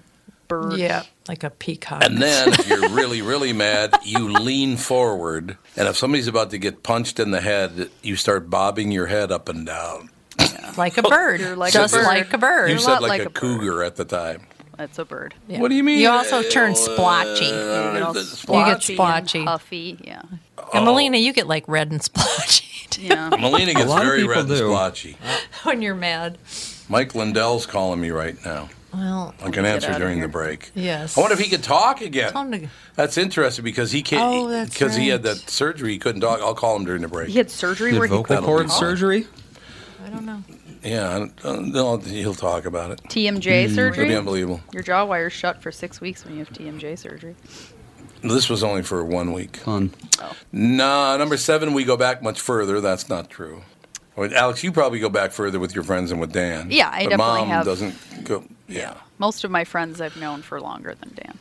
Speaker 9: bird.
Speaker 2: Yeah, like a peacock.
Speaker 1: And then if you're really, really mad, you lean forward. And if somebody's about to get punched in the head, you start bobbing your head up and down.
Speaker 2: like a bird.
Speaker 9: Oh, like a
Speaker 2: just
Speaker 9: bird.
Speaker 2: like a bird.
Speaker 1: You
Speaker 9: a
Speaker 1: said
Speaker 9: lot
Speaker 1: like,
Speaker 9: like
Speaker 1: a,
Speaker 9: a bird.
Speaker 1: cougar at the time.
Speaker 9: That's a bird.
Speaker 2: Yeah.
Speaker 1: What do you mean?
Speaker 2: You also turn splotchy.
Speaker 1: Uh, Oh.
Speaker 9: You
Speaker 2: You get
Speaker 9: And
Speaker 2: splotchy.
Speaker 9: puffy, yeah.
Speaker 2: And Melina, you get like red and splotchy too
Speaker 9: Yeah.
Speaker 1: Melina gets
Speaker 3: lot of
Speaker 1: very
Speaker 3: people
Speaker 1: red and
Speaker 3: do.
Speaker 1: splotchy.
Speaker 2: when you're mad.
Speaker 1: Mike Lindell's calling me right now.
Speaker 2: Well,
Speaker 1: I can answer
Speaker 9: out of
Speaker 1: during the
Speaker 9: here.
Speaker 1: break.
Speaker 2: yes.
Speaker 1: I wonder if he could talk again.
Speaker 2: Tell him to-
Speaker 1: That's interesting because he
Speaker 2: Oh,
Speaker 1: can't
Speaker 2: that's
Speaker 1: because he had
Speaker 2: right.
Speaker 1: that surgery. He couldn't talk. I'll call him during the break.
Speaker 9: He had surgery
Speaker 3: Did
Speaker 9: where he
Speaker 3: vocal
Speaker 1: that'll be
Speaker 3: cord
Speaker 1: hard.
Speaker 3: surgery?
Speaker 2: I don't know.
Speaker 1: Yeah, I don't- no, he'll talk about it. Mm-hmm.
Speaker 9: TMJ
Speaker 1: It'll Mm, be
Speaker 9: surgery.
Speaker 1: unbelievable.
Speaker 9: Your jaw wire's shut for six weeks when you have TMJ surgery.
Speaker 1: This was only for one week. Fun. Nah, number seven, we go back much further. That's not true. Well, Alex, you probably go back further with your friends and with Dan.
Speaker 9: Yeah, I
Speaker 1: but
Speaker 9: definitely
Speaker 1: mom
Speaker 9: have.
Speaker 1: doesn't go. Yeah.
Speaker 9: Most of my friends I've known for longer than Dan.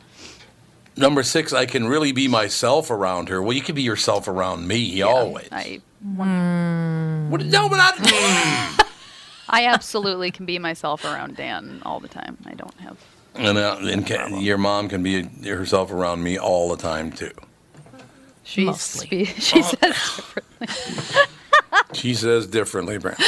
Speaker 1: Number six, I can really be myself around her. Well, you can be yourself around me always.
Speaker 9: I
Speaker 2: Hmm.
Speaker 1: What- no, but I.
Speaker 9: I absolutely can be myself around Dan all the time. I don't have.
Speaker 1: And, uh, and ca- your mom can be herself around me all the time too.
Speaker 9: She's spe- she says differently.
Speaker 1: She says differently, Brent.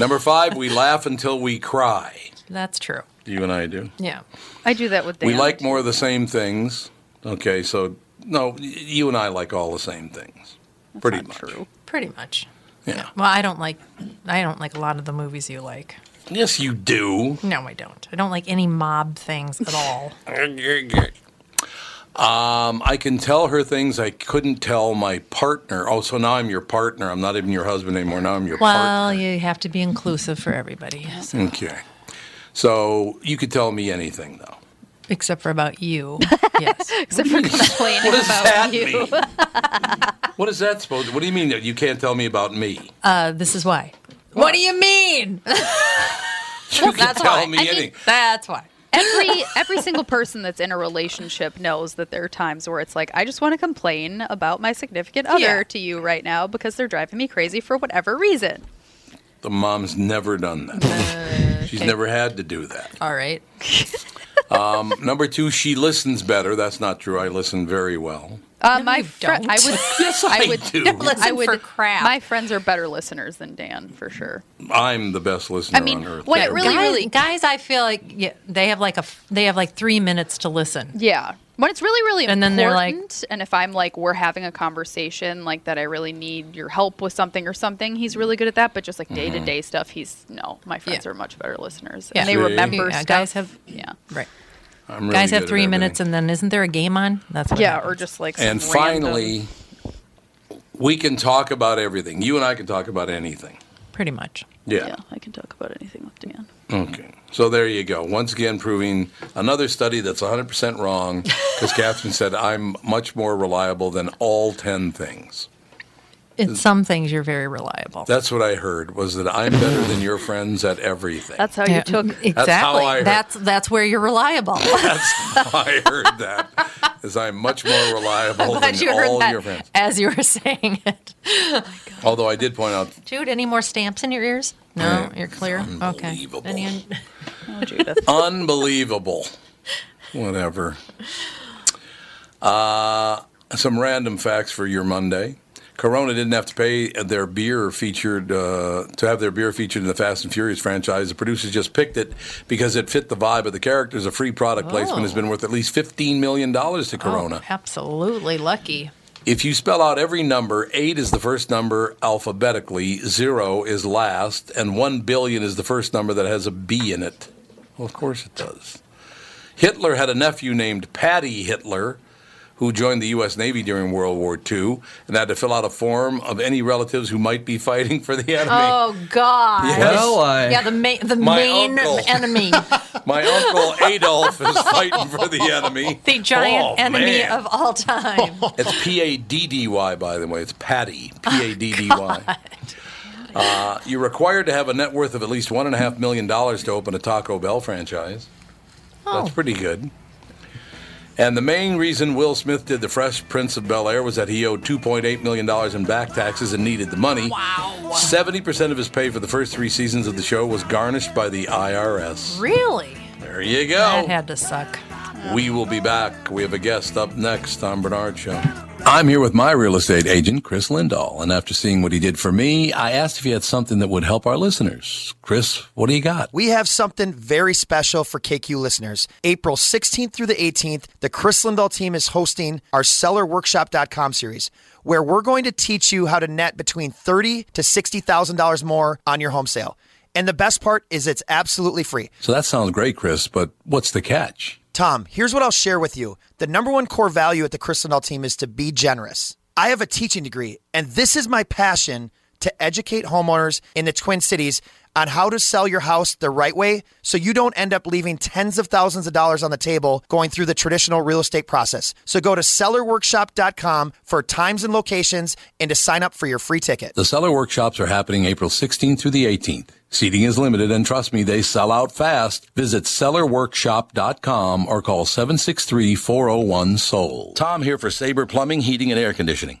Speaker 1: Number five, we laugh until we cry.
Speaker 2: That's true.
Speaker 1: You and I do.
Speaker 2: Yeah.
Speaker 9: I do that with Dan.
Speaker 1: We like more of the same things. Okay, so no, y- you and I like all the same things, pretty much.
Speaker 2: Pretty much.
Speaker 1: Yeah.
Speaker 2: Well, I don't like I don't like a lot of the movies you like.
Speaker 1: Yes, you do.
Speaker 2: No, I don't. I don't like any mob things at all.
Speaker 1: Um, I can tell her things I couldn't tell my partner. Oh, so now I'm your partner. I'm not even your husband anymore. Now I'm your partner.
Speaker 2: well, you have to be inclusive for everybody, so-
Speaker 1: Okay. So you could tell me anything though.
Speaker 2: except for about you. Yes.
Speaker 9: except for
Speaker 1: What
Speaker 9: complaining
Speaker 1: does
Speaker 9: about
Speaker 1: that
Speaker 9: you.
Speaker 1: What is that supposed? What do you mean that you can't tell me about me?
Speaker 2: Uh, this is why. What, do you mean?
Speaker 1: You can
Speaker 2: That's
Speaker 1: tell
Speaker 2: why.
Speaker 1: me
Speaker 9: I mean-
Speaker 1: anything.
Speaker 2: That's why.
Speaker 9: every every single person that's in a relationship knows that there are times where it's like I just want to complain about my significant other
Speaker 2: Yeah.
Speaker 9: to you right now because they're driving me crazy for whatever reason.
Speaker 1: The mom's never done that.
Speaker 9: Uh,
Speaker 1: She's never had to do that.
Speaker 2: All right.
Speaker 1: Um, number two, she listens better. That's not true. I listen very well.
Speaker 9: Uh, my friend, I would,
Speaker 1: Yes, I
Speaker 9: would,
Speaker 1: do. Don't
Speaker 2: listen
Speaker 9: I would,
Speaker 2: for crap.
Speaker 9: My friends are better listeners than Dan for sure.
Speaker 1: I'm the best listener
Speaker 9: I mean,
Speaker 1: on earth.
Speaker 9: what it
Speaker 1: There
Speaker 9: really-
Speaker 1: we go.
Speaker 2: guys, guys, I feel like yeah, they have like a f- they have like three minutes to listen.
Speaker 9: Yeah. When it's really, really
Speaker 2: And
Speaker 9: important,
Speaker 2: then they're like-
Speaker 9: and if I'm like, we're having a conversation, like that, I really need your help with something or something. He's really good at that, but just like day to day stuff, he's no. My friends
Speaker 2: Mm-hmm. Yeah.
Speaker 9: are much better listeners,
Speaker 2: Yeah.
Speaker 9: and they
Speaker 1: See?
Speaker 9: remember
Speaker 2: Yeah,
Speaker 9: stuff.
Speaker 2: guys have-
Speaker 9: yeah,
Speaker 2: Right.
Speaker 1: I'm really
Speaker 2: guys
Speaker 1: good
Speaker 2: have
Speaker 1: at
Speaker 2: three
Speaker 1: everything.
Speaker 2: minutes, and then isn't there a game on? That's what
Speaker 9: yeah,
Speaker 2: happens.
Speaker 9: or just like some
Speaker 1: And
Speaker 9: random-
Speaker 1: finally, we can talk about everything. You and I can talk about anything.
Speaker 2: pretty much.
Speaker 1: Yeah.
Speaker 9: yeah, I can talk about anything with Dan.
Speaker 1: Okay. So there you go. Once again, proving another study that's 100% wrong because Catherine said, I'm much more reliable than all 10 things.
Speaker 2: In some things, you're very reliable.
Speaker 1: That's what I heard was that I'm better than your friends at everything.
Speaker 9: That's how
Speaker 2: Yeah,
Speaker 9: you took.
Speaker 2: exactly.
Speaker 1: I heard-
Speaker 2: that's that's where you're reliable.
Speaker 1: That's how I heard that. Is I'm much more reliable than
Speaker 2: Glad you
Speaker 1: all
Speaker 2: heard that
Speaker 1: your friends.
Speaker 2: as you were saying it.
Speaker 1: Although I did point out,
Speaker 2: Dude, any more stamps in your ears? No, you're clear. Okay.
Speaker 1: unbelievable.
Speaker 2: Any-
Speaker 9: Oh, Judith.
Speaker 1: unbelievable. Whatever. Uh, some random facts for your Monday. Corona didn't have to pay their beer featured uh, to have their beer featured in the Fast and Furious franchise. The producers just picked it because it fit the vibe of the characters. A free product placement has been worth at least fifteen million dollars to Corona.
Speaker 2: Oh, absolutely lucky.
Speaker 1: If you spell out every number, eight is the first number alphabetically, zero is last, and one billion is the first number that has a B in it. Well, of course it does. Hitler had a nephew named Patty Hitler who joined the U.S. Navy during World War II and had to fill out a form of any relatives who might be fighting for the enemy.
Speaker 2: Oh God.
Speaker 1: Yes.
Speaker 3: Well, I-
Speaker 2: Yeah, the main the
Speaker 1: My
Speaker 2: main
Speaker 1: uncle.
Speaker 2: enemy,
Speaker 1: My uncle Adolf is fighting for the enemy.
Speaker 2: the giant
Speaker 1: Oh,
Speaker 2: enemy
Speaker 1: man.
Speaker 2: of all time.
Speaker 1: It's P A D D Y, by the way. It's Patty. P A D D Y. Uh, you're required to have a net worth of at least one and a half million dollars to open a Taco Bell franchise. That's pretty good. And the main reason Will Smith did The Fresh Prince of Bel Air was that he owed $2.8 million in back taxes and needed the money. Wow. 70% of his pay for the first three seasons of the show was garnished by the IRS.
Speaker 2: Really?
Speaker 1: There you go.
Speaker 2: That had to suck.
Speaker 1: We will be back. We have a guest up next on Bernard Show. I'm here with my real estate agent, Chris Lindahl, and after seeing what he did for me, I asked if he had something that would help our listeners. Chris, what do you got?
Speaker 10: We have something very special for KQ listeners. April 16th through the 18th, the Chris Lindahl team is hosting our sellerworkshop.com series where we're going to teach you how to net between 30 to $60,000 more on your home sale. And the best part is it's absolutely free.
Speaker 1: So that sounds great, Chris, but what's the catch?
Speaker 10: Tom, here's what I'll share with you. The number one core value at the Cristandal team is to be generous. I have a teaching degree, and this is my passion to educate homeowners in the Twin Cities on how to sell your house the right way so you don't end up leaving tens of thousands of dollars on the table going through the traditional real estate process. So go to sellerworkshop.com for times and locations and to sign up for your free ticket.
Speaker 1: The seller workshops are happening April 16th through the 18th. Seating is limited, and trust me, they sell out fast. Visit sellerworkshop.com or call 763 401 SOL. Tom here for Sabre Plumbing, Heating, and Air Conditioning.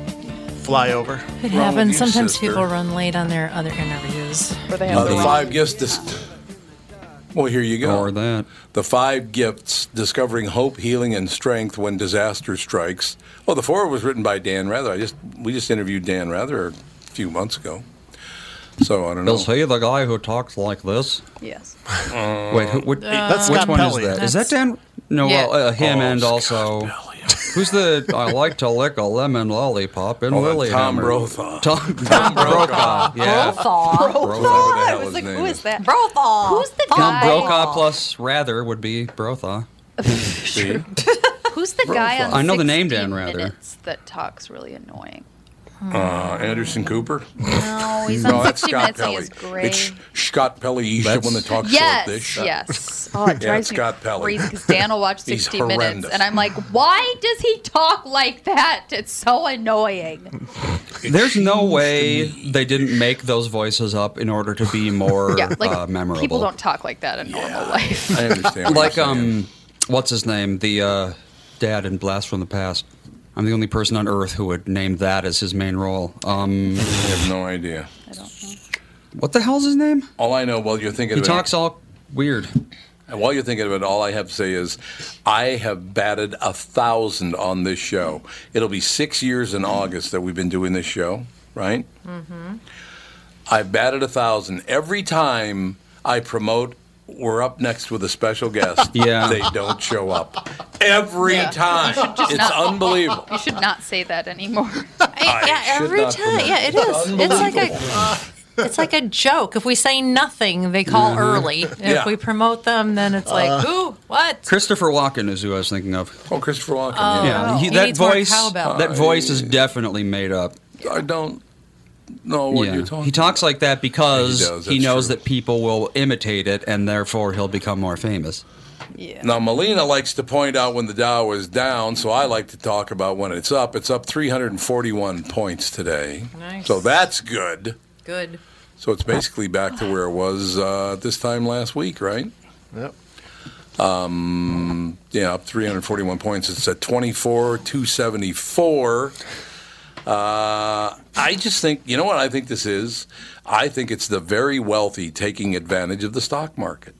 Speaker 5: Flyover.
Speaker 2: It happens. Sometimes people run late on their other interviews.
Speaker 1: Uh, the five gifts. Dis- well, here you go. Or
Speaker 3: that.
Speaker 1: The five gifts: discovering hope, healing, and strength when disaster strikes. Well, the four was written by Dan Rather. I just we just interviewed Dan Rather a few months ago. So I don't know.
Speaker 3: Is he the guy who talks like this?
Speaker 9: Yes.
Speaker 3: Wait, who, which,
Speaker 9: That's
Speaker 3: which
Speaker 9: Scott
Speaker 3: one
Speaker 9: Pelley.
Speaker 3: is that? Is
Speaker 9: That's-
Speaker 3: that Dan? No,
Speaker 9: Yeah.
Speaker 3: well, uh, him
Speaker 1: Oh,
Speaker 3: and
Speaker 1: Scott
Speaker 3: also. Who's the I like to lick a lemon lollipop in
Speaker 1: Oh,
Speaker 3: Willie
Speaker 1: Tom
Speaker 3: Hammer.
Speaker 1: Brokaw.
Speaker 3: Tom, Tom Brokaw. Yeah. Brokaw.
Speaker 9: I was like, who is that? Brothal. Who's the
Speaker 3: Tom
Speaker 9: guy?
Speaker 3: Brokaw plus rather would be Brotha.
Speaker 1: sure.
Speaker 9: Who's the guy on?
Speaker 3: I know the
Speaker 9: 16
Speaker 3: name Dan Rather.
Speaker 9: Minutes that talks really annoying.
Speaker 1: Uh, Anderson Cooper.
Speaker 9: No, he's on 60 Minutes. He is great.
Speaker 1: It's Scott Pelly. He's the one that talks like
Speaker 9: yes,
Speaker 1: this.
Speaker 9: yes. Oh, it
Speaker 1: Yeah,
Speaker 9: drives
Speaker 1: it's Scott
Speaker 9: me
Speaker 1: Pelley.
Speaker 9: crazy because Dan will watch
Speaker 1: He's
Speaker 9: 60 Minutes,
Speaker 1: horrendous.
Speaker 9: and I'm like, why does he talk like that? It's so annoying.
Speaker 3: There's no way they didn't make those voices up in order to be more
Speaker 9: yeah, like
Speaker 3: uh, memorable.
Speaker 9: people don't talk like that in normal life.
Speaker 1: I understand. what
Speaker 3: like
Speaker 1: you're saying.
Speaker 3: um, what's his name? The uh, dad in Blast from the Past. I'm the only person on Earth who would name that as his main role. Um,
Speaker 1: I have no idea.
Speaker 3: what the hell's his name?
Speaker 1: All I know while you're thinking
Speaker 3: He
Speaker 1: of it-
Speaker 3: talks all weird.
Speaker 1: And while you're thinking of it, all I have to say is I have batted a thousand on this show. It'll be six years in August that we've been doing this show, right?
Speaker 2: Mm-hmm.
Speaker 1: I've batted a thousand. Every time I promote, we're up next with a special guest.
Speaker 3: Yeah.
Speaker 1: They don't show up. Every
Speaker 9: Yeah.
Speaker 1: time.
Speaker 9: You should just
Speaker 1: It's
Speaker 9: not-
Speaker 1: unbelievable.
Speaker 9: You should not say that anymore.
Speaker 1: I
Speaker 2: yeah,
Speaker 1: should
Speaker 2: every
Speaker 1: not
Speaker 2: time.
Speaker 1: promote.
Speaker 2: Yeah, it is. It's like a it's like a joke. If we say nothing, they call
Speaker 1: Mm-hmm.
Speaker 3: Mhm.
Speaker 2: early. If
Speaker 3: Yeah.
Speaker 2: we promote them, then it's like,
Speaker 3: Uh,
Speaker 2: ooh, what?
Speaker 3: Christopher Walken is who I was thinking of.
Speaker 1: Oh, Christopher Walken.
Speaker 2: Oh,
Speaker 3: yeah,
Speaker 2: he
Speaker 3: that
Speaker 2: needs more
Speaker 3: voice.
Speaker 2: cowbell.
Speaker 3: That voice is definitely made up.
Speaker 1: I don't know what
Speaker 3: Yeah.
Speaker 1: you're talking
Speaker 3: he talks like that because
Speaker 1: He
Speaker 3: he,
Speaker 1: does,
Speaker 3: knows that people will imitate it, and therefore he'll become more famous.
Speaker 1: Now, Melina likes to point out when the Dow is down, so I like to talk about when it's up. It's up 341 points today.
Speaker 2: Nice.
Speaker 1: So that's good.
Speaker 2: Good.
Speaker 1: So it's basically back to where it was uh, this time last week, right?
Speaker 5: Yep.
Speaker 1: Um, yeah, up 341 points. It's at 24, 274. Uh, I just think, you know what I think this is? I think it's the very wealthy taking advantage of the stock market.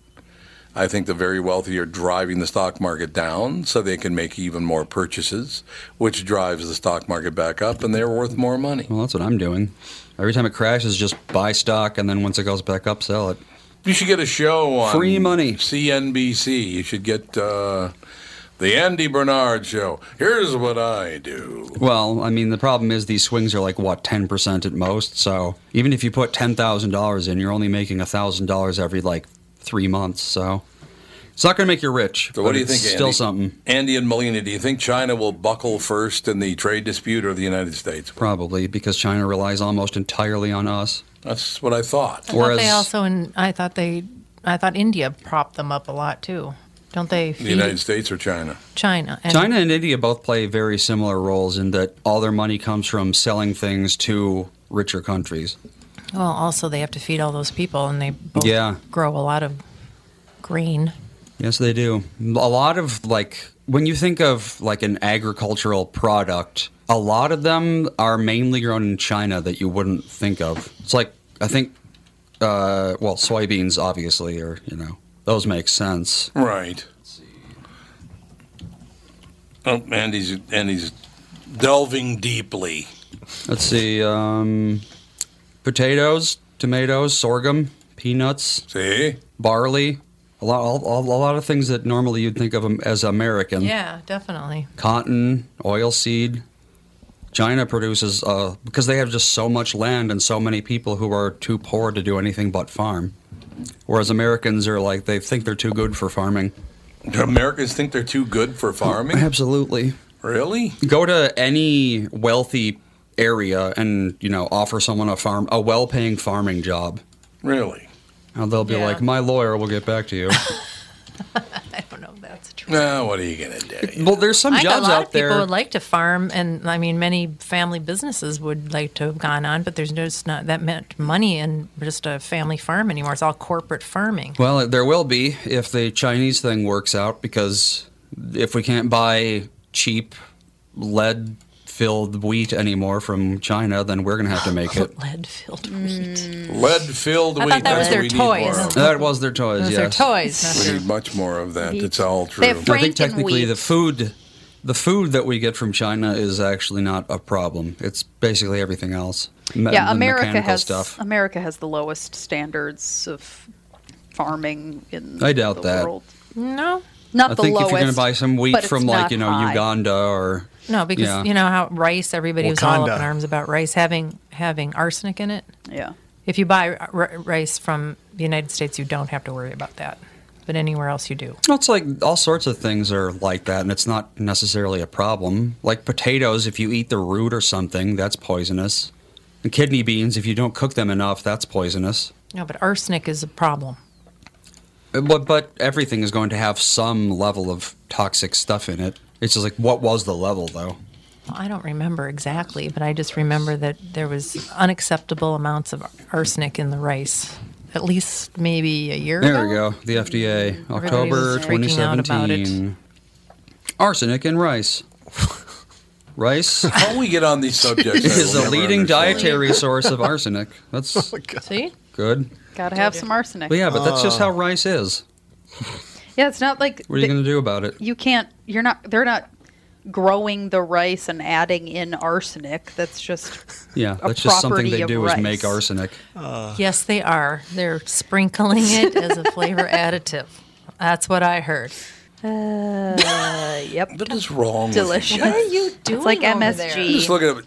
Speaker 1: I think the very wealthy are driving the stock market down so they can make even more purchases, which drives the stock market back up, and they're worth more money.
Speaker 3: Well, that's what I'm doing. Every time it crashes, just buy stock, and then once it goes back up, sell it.
Speaker 1: You should get a show on
Speaker 3: Free money.
Speaker 1: CNBC. You should get uh, the Andy Bernard show. Here's what I do.
Speaker 3: Well, I mean, the problem is these swings are like what ten percent at most. So even if you put ten thousand dollars in, you're only making thousand dollars every like three months. So it's not going to make you rich.
Speaker 1: So what
Speaker 3: but
Speaker 1: do you think?
Speaker 3: it's Still
Speaker 1: Andy?
Speaker 3: something,
Speaker 1: Andy and Melina, do you think China will buckle first in the trade dispute or the United States?
Speaker 3: probably, because China relies almost entirely on us.
Speaker 1: That's what I thought.
Speaker 2: I thought they also and I thought they I thought India propped them up a lot too. Don't they
Speaker 1: The
Speaker 2: feed
Speaker 1: United States or China?
Speaker 2: China? And
Speaker 3: China and India both play very similar roles in that all their money comes from selling things to richer countries.
Speaker 2: Well, also they have to feed all those people, and they both
Speaker 3: Yeah.
Speaker 2: grow a lot of green.
Speaker 3: Yes, they do. A lot of like when you think of like an agricultural product, a lot of them are mainly grown in China that you wouldn't think of. It's like I think, uh, well, soybeans obviously, or you know, those make sense.
Speaker 1: Right. Oh, Andy's Andy's delving deeply.
Speaker 3: Let's see, um, potatoes, tomatoes, sorghum, peanuts,
Speaker 1: see,
Speaker 3: barley, a lot, all, all, a lot of things that normally you'd think of 'em as American.
Speaker 2: Yeah, definitely.
Speaker 3: cotton, oilseed. China produces uh, because they have just so much land and so many people who are too poor to do anything but farm. Whereas Americans are like they think they're too good for farming.
Speaker 1: Do Americans think they're too good for farming?
Speaker 3: Absolutely.
Speaker 1: Really?
Speaker 3: Go to any wealthy area and you know offer someone a farm a well-paying farming job.
Speaker 1: Really?
Speaker 3: And they'll be
Speaker 1: Yeah.
Speaker 3: like, "My lawyer will get back to you."
Speaker 1: Nah, what are you gonna do?
Speaker 3: well, there's some
Speaker 2: I think
Speaker 3: jobs
Speaker 2: a lot
Speaker 3: out
Speaker 2: of people
Speaker 3: there.
Speaker 2: would like to farm, and I mean, many family businesses would like to have gone on, but there's just not that much money in just a family farm anymore. It's all corporate farming.
Speaker 3: Well, there will be if the Chinese thing works out because if we can't buy cheap lead filled wheat anymore from China, then we're going to have to make it.
Speaker 2: Lead filled
Speaker 5: Mm-hmm.
Speaker 2: wheat.
Speaker 1: Lead filled
Speaker 2: I
Speaker 1: wheat.
Speaker 2: thought that was
Speaker 1: that's what
Speaker 2: their
Speaker 1: we need
Speaker 2: toys.
Speaker 1: more of.
Speaker 3: That was their toys,
Speaker 2: Those are
Speaker 3: yes.
Speaker 2: toys, not
Speaker 1: We
Speaker 2: their-
Speaker 1: need much more of that. It's all true.
Speaker 2: They have
Speaker 3: I think
Speaker 2: Frankenwheat.
Speaker 3: technically the food the food that we get from China is actually not a problem. It's basically everything else. Me-
Speaker 9: yeah,
Speaker 3: the
Speaker 9: America
Speaker 3: mechanical
Speaker 9: has
Speaker 3: stuff.
Speaker 9: America has the lowest standards of farming in
Speaker 3: I doubt
Speaker 9: the
Speaker 3: that.
Speaker 9: world.
Speaker 2: No,
Speaker 9: not
Speaker 3: I
Speaker 9: the
Speaker 3: think
Speaker 9: lowest.
Speaker 3: if you're going to buy some
Speaker 9: but
Speaker 3: wheat
Speaker 9: it's
Speaker 3: from like,
Speaker 9: not
Speaker 3: you know,
Speaker 9: high.
Speaker 3: Uganda or
Speaker 2: No, because
Speaker 3: Yeah.
Speaker 2: you know how rice. Everybody was all
Speaker 3: Wakanda.
Speaker 2: up in arms about rice having having arsenic in it.
Speaker 9: Yeah.
Speaker 2: If you buy r- r- rice from the United States, you don't have to worry about that. But anywhere else, you do.
Speaker 3: Well, it's like all sorts of things are like that, and it's not necessarily a problem. Like potatoes, if you eat the root or something, that's poisonous. And kidney beans, if you don't cook them enough, that's poisonous.
Speaker 2: No, but arsenic is a problem.
Speaker 3: Uh, But but everything is going to have some level of toxic stuff in it. It's just like what was the level though?
Speaker 2: Well, I don't remember exactly, but I just remember that there was unacceptable amounts of arsenic in the rice. At least maybe a year
Speaker 3: There
Speaker 2: ago.
Speaker 3: we go. The FDA,
Speaker 2: was
Speaker 3: October
Speaker 2: freaking out about it.
Speaker 3: 2017. Arsenic in rice. rice
Speaker 1: How we get on these subjects? I
Speaker 3: is
Speaker 1: will
Speaker 3: a
Speaker 1: never
Speaker 3: leading
Speaker 1: understand. Oh
Speaker 3: dietary source of arsenic. That's
Speaker 2: See,
Speaker 3: good.
Speaker 9: gotta have some arsenic.
Speaker 3: Well, yeah, but that's just how
Speaker 9: Oh.
Speaker 3: rice is.
Speaker 9: Yeah, it's not like
Speaker 3: What are you
Speaker 9: the-
Speaker 3: going to do about it?
Speaker 9: you can't. You're not. They're not growing the rice and adding in arsenic. That's just
Speaker 3: Yeah,
Speaker 9: a
Speaker 3: that's just something
Speaker 9: property
Speaker 3: they
Speaker 9: of
Speaker 3: do
Speaker 9: rice.
Speaker 3: is make arsenic.
Speaker 9: Uh,
Speaker 2: Yes, they are. They're sprinkling it as a flavor additive. That's what I heard.
Speaker 9: Uh, yep.
Speaker 1: What is wrong? with you?
Speaker 9: Delicious.
Speaker 2: What are you
Speaker 9: It's like
Speaker 2: doing over
Speaker 9: MSG.
Speaker 2: there?
Speaker 1: I'm just looking at.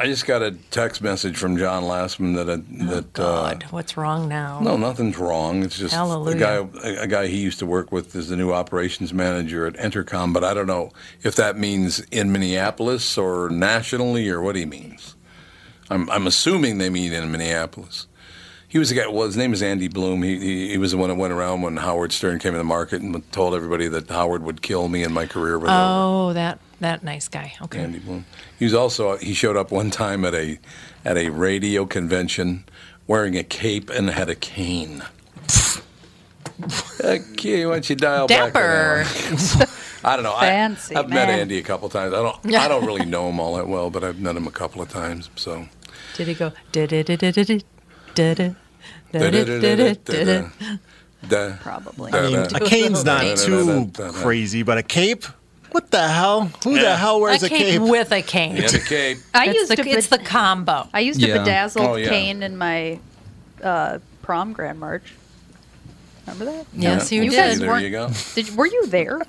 Speaker 1: I just got a text message from John Lastman that uh, that. God, uh,
Speaker 2: What's wrong now?
Speaker 1: No, nothing's wrong. It's just a
Speaker 2: Hallelujah.
Speaker 1: guy, a, a guy he used to work with is the new operations manager at Entercom, but I don't know if that means in Minneapolis or nationally or what he means. I'm, I'm assuming they mean in Minneapolis. He was a guy. Well, his name is Andy Bloom. He, he he was the one that went around when Howard Stern came to the market and told everybody that Howard would kill me in my career. With
Speaker 2: Oh, that that nice guy. Okay.
Speaker 1: Andy Bloom. He was also he showed up one time at a at a radio convention wearing a cape and had a cane. okay, why don't you dial
Speaker 2: Dapper.
Speaker 1: back? an hour? I don't know.
Speaker 2: Fancy
Speaker 1: I, I've met
Speaker 2: man.
Speaker 1: Andy a couple times. I don't I don't really know him all that well, but I've met him a couple of times. So
Speaker 2: Did he go? Probably.
Speaker 1: probably.
Speaker 5: I mean, a cane's not too crazy, but a cape? What the hell? Who
Speaker 1: Yeah.
Speaker 5: the hell wears a,
Speaker 2: a cape with a cane.
Speaker 1: He had a cape.
Speaker 9: I
Speaker 2: That's
Speaker 9: used
Speaker 2: the,
Speaker 9: a bed-
Speaker 2: it's the combo.
Speaker 9: I used
Speaker 1: Yeah.
Speaker 9: a bedazzled
Speaker 1: Oh, yeah.
Speaker 9: cane in my uh, prom grand march. Remember that?
Speaker 1: Yes, Yeah. you
Speaker 9: guys
Speaker 1: did. There
Speaker 9: weren't-
Speaker 1: you go.
Speaker 9: Did were you there?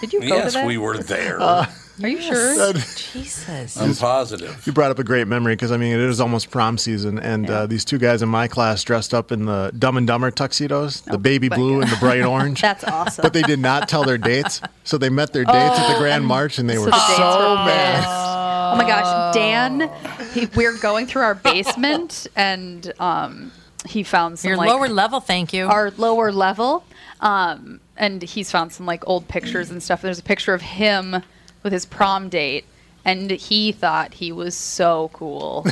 Speaker 9: Did you go to
Speaker 1: Yes,
Speaker 9: that?
Speaker 1: we were there.
Speaker 9: Uh, are you sure?
Speaker 2: Jesus.
Speaker 1: I'm positive.
Speaker 5: You brought up a great memory because I mean it is almost prom season, and uh, these two guys in my class dressed up in the Dumb and Dumber tuxedos, the baby blue and the bright orange.
Speaker 9: That's awesome. Oh,
Speaker 5: But they did not tell their dates, so they met their dates at the Grand March, and they were
Speaker 9: the dates
Speaker 5: so
Speaker 9: were
Speaker 5: mad.
Speaker 9: Oh my gosh, Dan! He, we're going through our basement, and um, he found some
Speaker 2: Your
Speaker 9: like,
Speaker 2: lower level, thank you.
Speaker 9: Our lower level, um, and he's found some like old pictures and stuff. There's a picture of him with his prom date, and he thought he was so cool.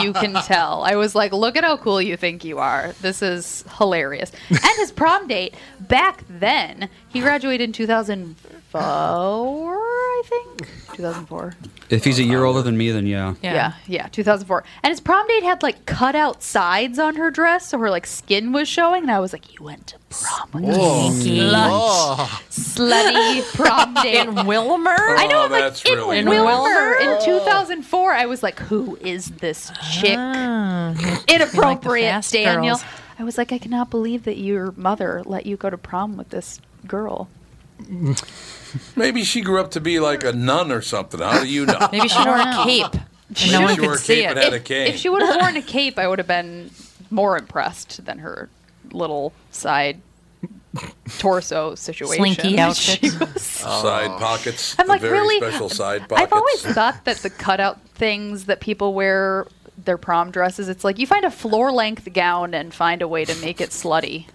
Speaker 9: you can tell. I was like, look at how cool you think you are. This is hilarious. And his prom date back then, he graduated in 2004, I think. 2004.
Speaker 3: If he's a year
Speaker 9: uh,
Speaker 3: older than me, then yeah.
Speaker 9: Yeah. yeah, 2004. And his prom date had like cut out sides on her dress, so her like skin was showing. And I was like, you went to prom with
Speaker 7: Whoa.
Speaker 9: me.
Speaker 7: Sneaky.
Speaker 9: Slut.
Speaker 7: Whoa.
Speaker 9: Slutty prom date.
Speaker 2: In Wilmer? Oh.
Speaker 9: I know,
Speaker 7: Oh,
Speaker 9: I'm like,
Speaker 7: that's
Speaker 9: in
Speaker 7: really
Speaker 9: Wilmer.
Speaker 7: nice.
Speaker 9: In
Speaker 2: Ah.
Speaker 9: 2004, I was like, who is this chick? Inappropriate,
Speaker 2: fast
Speaker 9: Daniel.
Speaker 2: girls.
Speaker 9: I was like, I cannot believe that your mother let you go to prom with this girl.
Speaker 1: Maybe she grew up to be like a nun or something. How do you know?
Speaker 2: Maybe she wore a cape.
Speaker 1: Maybe
Speaker 2: no one
Speaker 1: she wore
Speaker 2: could
Speaker 1: a
Speaker 2: see
Speaker 1: cape and had a
Speaker 9: If-
Speaker 1: cane.
Speaker 9: If she would have worn a cape, I would have been more impressed than her little side torso situation.
Speaker 2: Slinky outfit.
Speaker 9: She was-
Speaker 1: Side pockets.
Speaker 9: I'm
Speaker 1: the
Speaker 9: like,
Speaker 1: very
Speaker 9: really?
Speaker 1: special side pockets.
Speaker 9: I've always thought that the cutout things that people wear their prom dresses, it's like you find a floor length gown and find a way to make it slutty.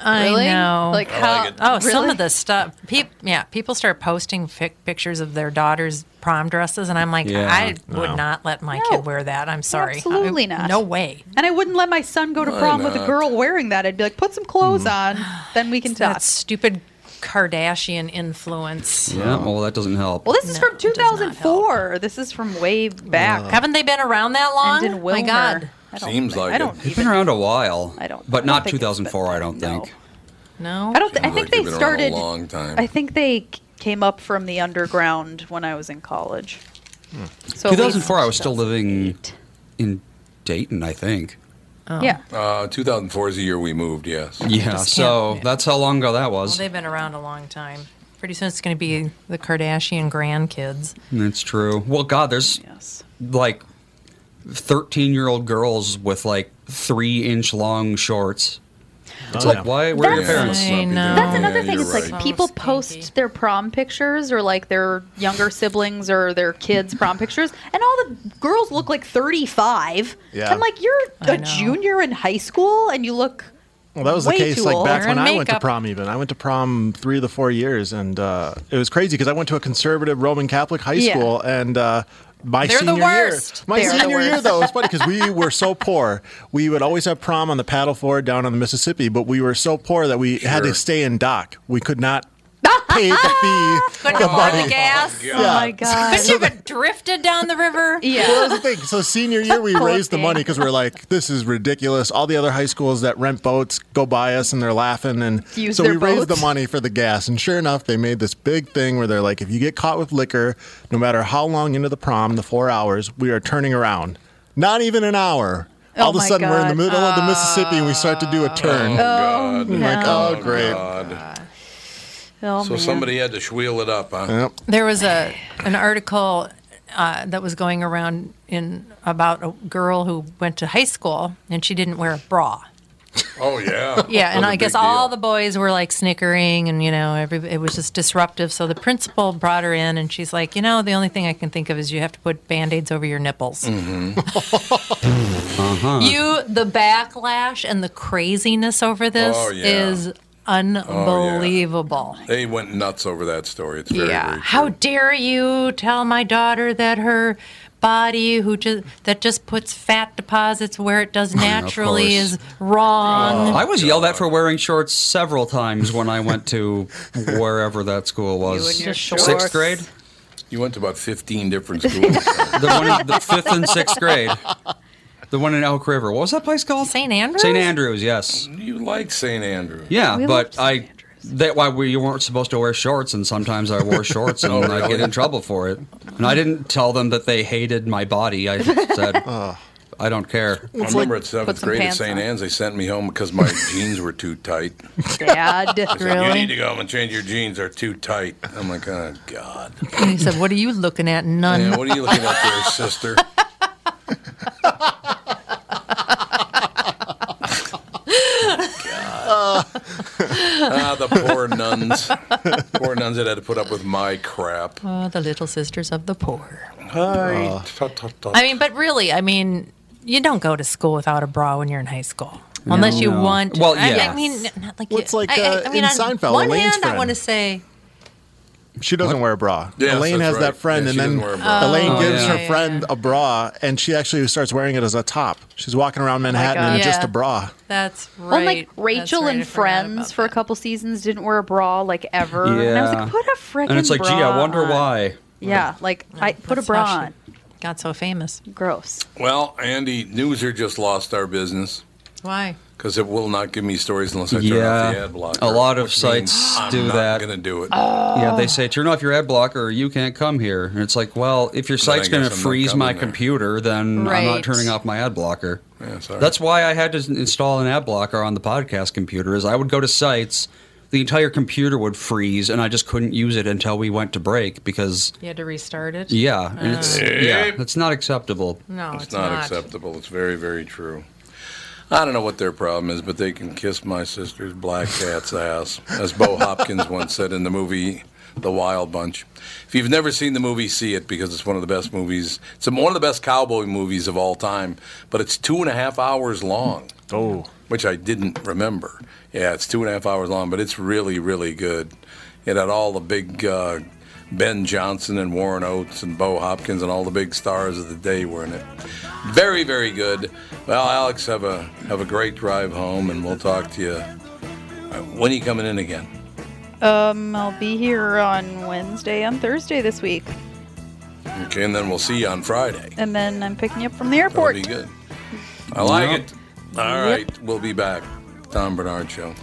Speaker 2: I
Speaker 9: Really?
Speaker 2: know.
Speaker 9: Like I like how-
Speaker 2: oh, some
Speaker 9: really?
Speaker 2: of the stuff. Peop, yeah, people start posting fic- pictures of their daughter's prom dresses, and I'm like,
Speaker 9: Yeah.
Speaker 2: I
Speaker 9: No.
Speaker 2: would not let my kid wear that. I'm sorry,
Speaker 9: Absolutely
Speaker 2: I-
Speaker 9: not.
Speaker 2: No way.
Speaker 9: And I wouldn't let my son go to
Speaker 2: Why
Speaker 9: prom with a
Speaker 2: not? Hmm.
Speaker 9: girl wearing that. I'd be like, put some clothes on, then we can talk.
Speaker 2: That stupid Kardashian influence.
Speaker 3: Yeah, well, that doesn't help.
Speaker 9: Well, this is from 2004. This is from way back.
Speaker 3: Uh,
Speaker 2: Haven't they been around that long?
Speaker 9: And in
Speaker 2: My
Speaker 9: Wilmer.
Speaker 2: God.
Speaker 9: I don't
Speaker 3: Seems
Speaker 9: think-
Speaker 3: like
Speaker 9: I don't
Speaker 3: it. They've been around a while.
Speaker 9: I don't- I
Speaker 3: But
Speaker 9: don't
Speaker 3: not
Speaker 9: think it's
Speaker 3: 2004, I don't think.
Speaker 2: No.
Speaker 9: I don't. Th- I
Speaker 3: Seems
Speaker 9: think
Speaker 3: like they've
Speaker 9: they
Speaker 3: been around a
Speaker 9: started.
Speaker 3: long time.
Speaker 9: I think they c- came up from the underground when I was in college.
Speaker 3: Hmm.
Speaker 9: So at least-
Speaker 3: 2004, I was still living in Dayton, I think.
Speaker 2: Oh.
Speaker 9: Yeah.
Speaker 1: Uh, 2004 is the year we moved, yes.
Speaker 3: Yeah, so that's how long ago that
Speaker 2: Well,
Speaker 3: was.
Speaker 2: they've been around a long time. Pretty soon it's going to be the Kardashian grandkids.
Speaker 3: That's true. Well, God, there's like 13 year old girls with like three inch long shorts. It's
Speaker 9: Oh,
Speaker 3: like,
Speaker 9: yeah.
Speaker 3: why? Where are your
Speaker 9: That's-
Speaker 3: parents?
Speaker 9: I
Speaker 2: know.
Speaker 9: That's another thing. It's like people post their prom pictures or like their younger siblings or their kids' prom pictures, and all the girls look like 35.
Speaker 5: Yeah.
Speaker 9: I'm like, you're
Speaker 5: I
Speaker 9: a
Speaker 5: know.
Speaker 9: junior in high school and you look.
Speaker 5: Well, that was the
Speaker 9: way
Speaker 5: case
Speaker 9: too
Speaker 5: like
Speaker 9: old.
Speaker 5: back when I went to prom. Even I went to prom three of the four years, and uh, it was crazy because I went to a conservative Roman Catholic high
Speaker 9: Yeah.
Speaker 5: school, and uh, my
Speaker 9: They're the
Speaker 5: senior
Speaker 9: worst.
Speaker 5: year, my
Speaker 9: They're the
Speaker 5: senior year
Speaker 9: worst.
Speaker 5: though, it was funny because we were so poor. We would always have prom on the paddle floor down on the Mississippi, but we were so poor that we had to
Speaker 1: Sure.
Speaker 5: stay in dock. We could not pay the fee.
Speaker 2: Couldn't
Speaker 5: the
Speaker 2: afford the
Speaker 5: money.
Speaker 2: gas.
Speaker 5: Yeah. Oh my God.
Speaker 2: Couldn't you have drifted down the river?
Speaker 5: Well, that's the thing. So senior year, we
Speaker 2: Poor
Speaker 5: raised the
Speaker 2: thing.
Speaker 5: money because we are like, this is ridiculous. All the other high schools that rent boats go by us and they're laughing, and
Speaker 11: Use
Speaker 5: so we
Speaker 11: their
Speaker 5: raised the
Speaker 11: boats.
Speaker 5: money for the gas. And sure enough, they made this big thing where they're like, if you get caught with liquor, no matter how long into the prom, the four hours, we are turning around. Not even an hour.
Speaker 11: Oh
Speaker 5: All of a
Speaker 11: my
Speaker 5: sudden, we're in the
Speaker 11: God.
Speaker 5: middle of the Mississippi and we start to do a turn.
Speaker 1: Oh, God.
Speaker 5: I'm like,
Speaker 1: no.
Speaker 5: oh, great.
Speaker 1: God.
Speaker 9: Oh,
Speaker 1: so somebody had to schweel it up, huh?
Speaker 2: There was a an article uh, that was going around in about a girl who went to high school and she didn't wear a bra.
Speaker 1: Oh, yeah.
Speaker 2: Yeah, and
Speaker 1: That's a
Speaker 2: I guess
Speaker 1: big deal.
Speaker 2: all the boys were like snickering, and you know, every it was just disruptive. So the principal brought her in, and she's like, you know, the only thing I can think of is you have to put band aids over your nipples.
Speaker 5: Mm-hmm.
Speaker 3: uh-huh.
Speaker 2: You, the backlash and the craziness over this
Speaker 1: Oh, yeah.
Speaker 2: is unbelievable.
Speaker 1: They went nuts over that story. It's very,
Speaker 2: yeah.
Speaker 1: very
Speaker 2: How dare you tell my daughter that her body who just that just puts fat deposits where it does naturally
Speaker 3: course. Oh,
Speaker 2: is wrong.
Speaker 3: I was yelled at for wearing shorts several times when I went to wherever that school was.
Speaker 1: and your shorts.
Speaker 3: Sixth grade?
Speaker 1: You went to about 15 different schools.
Speaker 3: the, one in, the fifth and sixth grade. The one in Elk River. What was that place called?
Speaker 2: St. Andrews?
Speaker 3: St. Andrews, yes.
Speaker 1: You like St. Andrews.
Speaker 3: Yeah,
Speaker 1: We
Speaker 3: but I. That why we you weren't supposed to wear shorts, and sometimes I wore shorts, and
Speaker 1: Oh,
Speaker 3: I get
Speaker 1: really?
Speaker 3: in trouble for it. And I didn't tell them that they hated my body. I just said, "I don't care."
Speaker 1: I remember at seventh grade at St. Anne's, they sent me home because my jeans were too tight.
Speaker 9: Dad,
Speaker 1: They said, You need to go home and change your jeans. They're too tight. I'm like, oh, God.
Speaker 2: And he said, "What are you looking at? None."
Speaker 1: Yeah, what are you looking at there, sister?
Speaker 5: Oh,
Speaker 1: ah, the poor nuns. poor nuns that had to put up with my crap.
Speaker 2: Oh, the little sisters of the poor.
Speaker 3: Uh,
Speaker 1: Hi. Tut, tut, tut.
Speaker 2: I mean, but really, I mean, you don't go to school without a bra when you're in high school, unless you
Speaker 3: No.
Speaker 2: want.
Speaker 3: Well,
Speaker 2: I- I,
Speaker 3: yeah.
Speaker 2: mean, not like
Speaker 5: Well,
Speaker 2: you-
Speaker 5: it's like,
Speaker 2: I- I-
Speaker 5: uh,
Speaker 2: I mean,
Speaker 5: in
Speaker 2: on
Speaker 5: Seinfeld,
Speaker 2: one
Speaker 5: Elaine's
Speaker 2: hand, I
Speaker 5: friend.
Speaker 2: want to say,
Speaker 5: She doesn't wear a bra.
Speaker 1: Yes,
Speaker 5: Elaine has
Speaker 1: that's
Speaker 5: that
Speaker 1: right.
Speaker 5: friend,
Speaker 1: Yeah,
Speaker 5: and
Speaker 1: she
Speaker 5: then
Speaker 1: doesn't wear a bra.
Speaker 5: Elaine
Speaker 1: Oh,
Speaker 5: gives
Speaker 1: yeah.
Speaker 5: her friend a bra, and she actually starts wearing it as a top. She's walking around Manhattan in
Speaker 2: Oh God.
Speaker 5: just
Speaker 2: Yeah.
Speaker 5: a bra.
Speaker 2: That's right.
Speaker 9: Well, like
Speaker 2: That's
Speaker 9: Rachel
Speaker 2: right, I
Speaker 9: and
Speaker 2: forgot
Speaker 9: Friends for a couple seasons didn't wear a bra like ever. And I was
Speaker 3: Yeah.
Speaker 9: like, put a freaking
Speaker 3: And it's like,
Speaker 9: bra
Speaker 3: gee, I wonder
Speaker 9: on."
Speaker 3: why.
Speaker 9: Yeah, like I put a
Speaker 2: that's how
Speaker 9: bra
Speaker 2: she
Speaker 9: on.
Speaker 2: Got so famous.
Speaker 9: Gross.
Speaker 1: Well, Andy, Newser just lost our business.
Speaker 2: Why?
Speaker 1: Because it will not give me stories unless I turn off the
Speaker 3: yeah,
Speaker 1: ad blocker.
Speaker 3: a lot of
Speaker 1: which means
Speaker 3: sites
Speaker 1: I'm
Speaker 3: do
Speaker 1: not
Speaker 3: that.
Speaker 1: Gonna do it.
Speaker 3: yeah, they say turn off your ad blocker or you can't come here. And it's like, well, if your
Speaker 1: Then I
Speaker 3: site's going to
Speaker 1: guess I'm not
Speaker 3: freeze my
Speaker 1: coming there.
Speaker 3: computer, then I'm
Speaker 1: Right.
Speaker 3: not turning off my ad blocker.
Speaker 1: Yeah, sorry.
Speaker 3: That's why I had to s- install an ad blocker on the podcast computer. Is I would go to sites, the entire computer would freeze, and I just couldn't use it until we went to break because
Speaker 2: You had to restart it.
Speaker 3: yeah, and it's
Speaker 2: Uh,
Speaker 3: yeah, that's not acceptable.
Speaker 2: No,
Speaker 1: it's,
Speaker 2: it's
Speaker 1: not,
Speaker 2: not.
Speaker 1: acceptable. It's very, very true. I don't know what their problem is, but they can kiss my sister's black cat's ass, as Bo Hopkins once said in the movie The Wild Bunch. If you've never seen the movie, see it because it's one of the best movies. It's one of the best cowboy movies of all time, but it's two and a half hours long.
Speaker 5: Oh.
Speaker 1: Which I didn't remember. Yeah, it's two and a half hours long, but it's really, really good. It had all the big uh, Ben Johnson and Warren Oates and Bo Hopkins and all the big stars of the day were in it. Very, very good. Well, Alex, have a have a great drive home, and we'll talk to you. Uh, When are you coming in again?
Speaker 4: Um, I'll be here on Wednesday and Thursday this week,
Speaker 1: Okay, and then we'll see you on Friday.
Speaker 4: and then I'm picking you up from the
Speaker 1: That'll
Speaker 4: airport.
Speaker 1: be good. I like
Speaker 4: Yep.
Speaker 1: it. All right, we'll be back. Tom Bernard Show.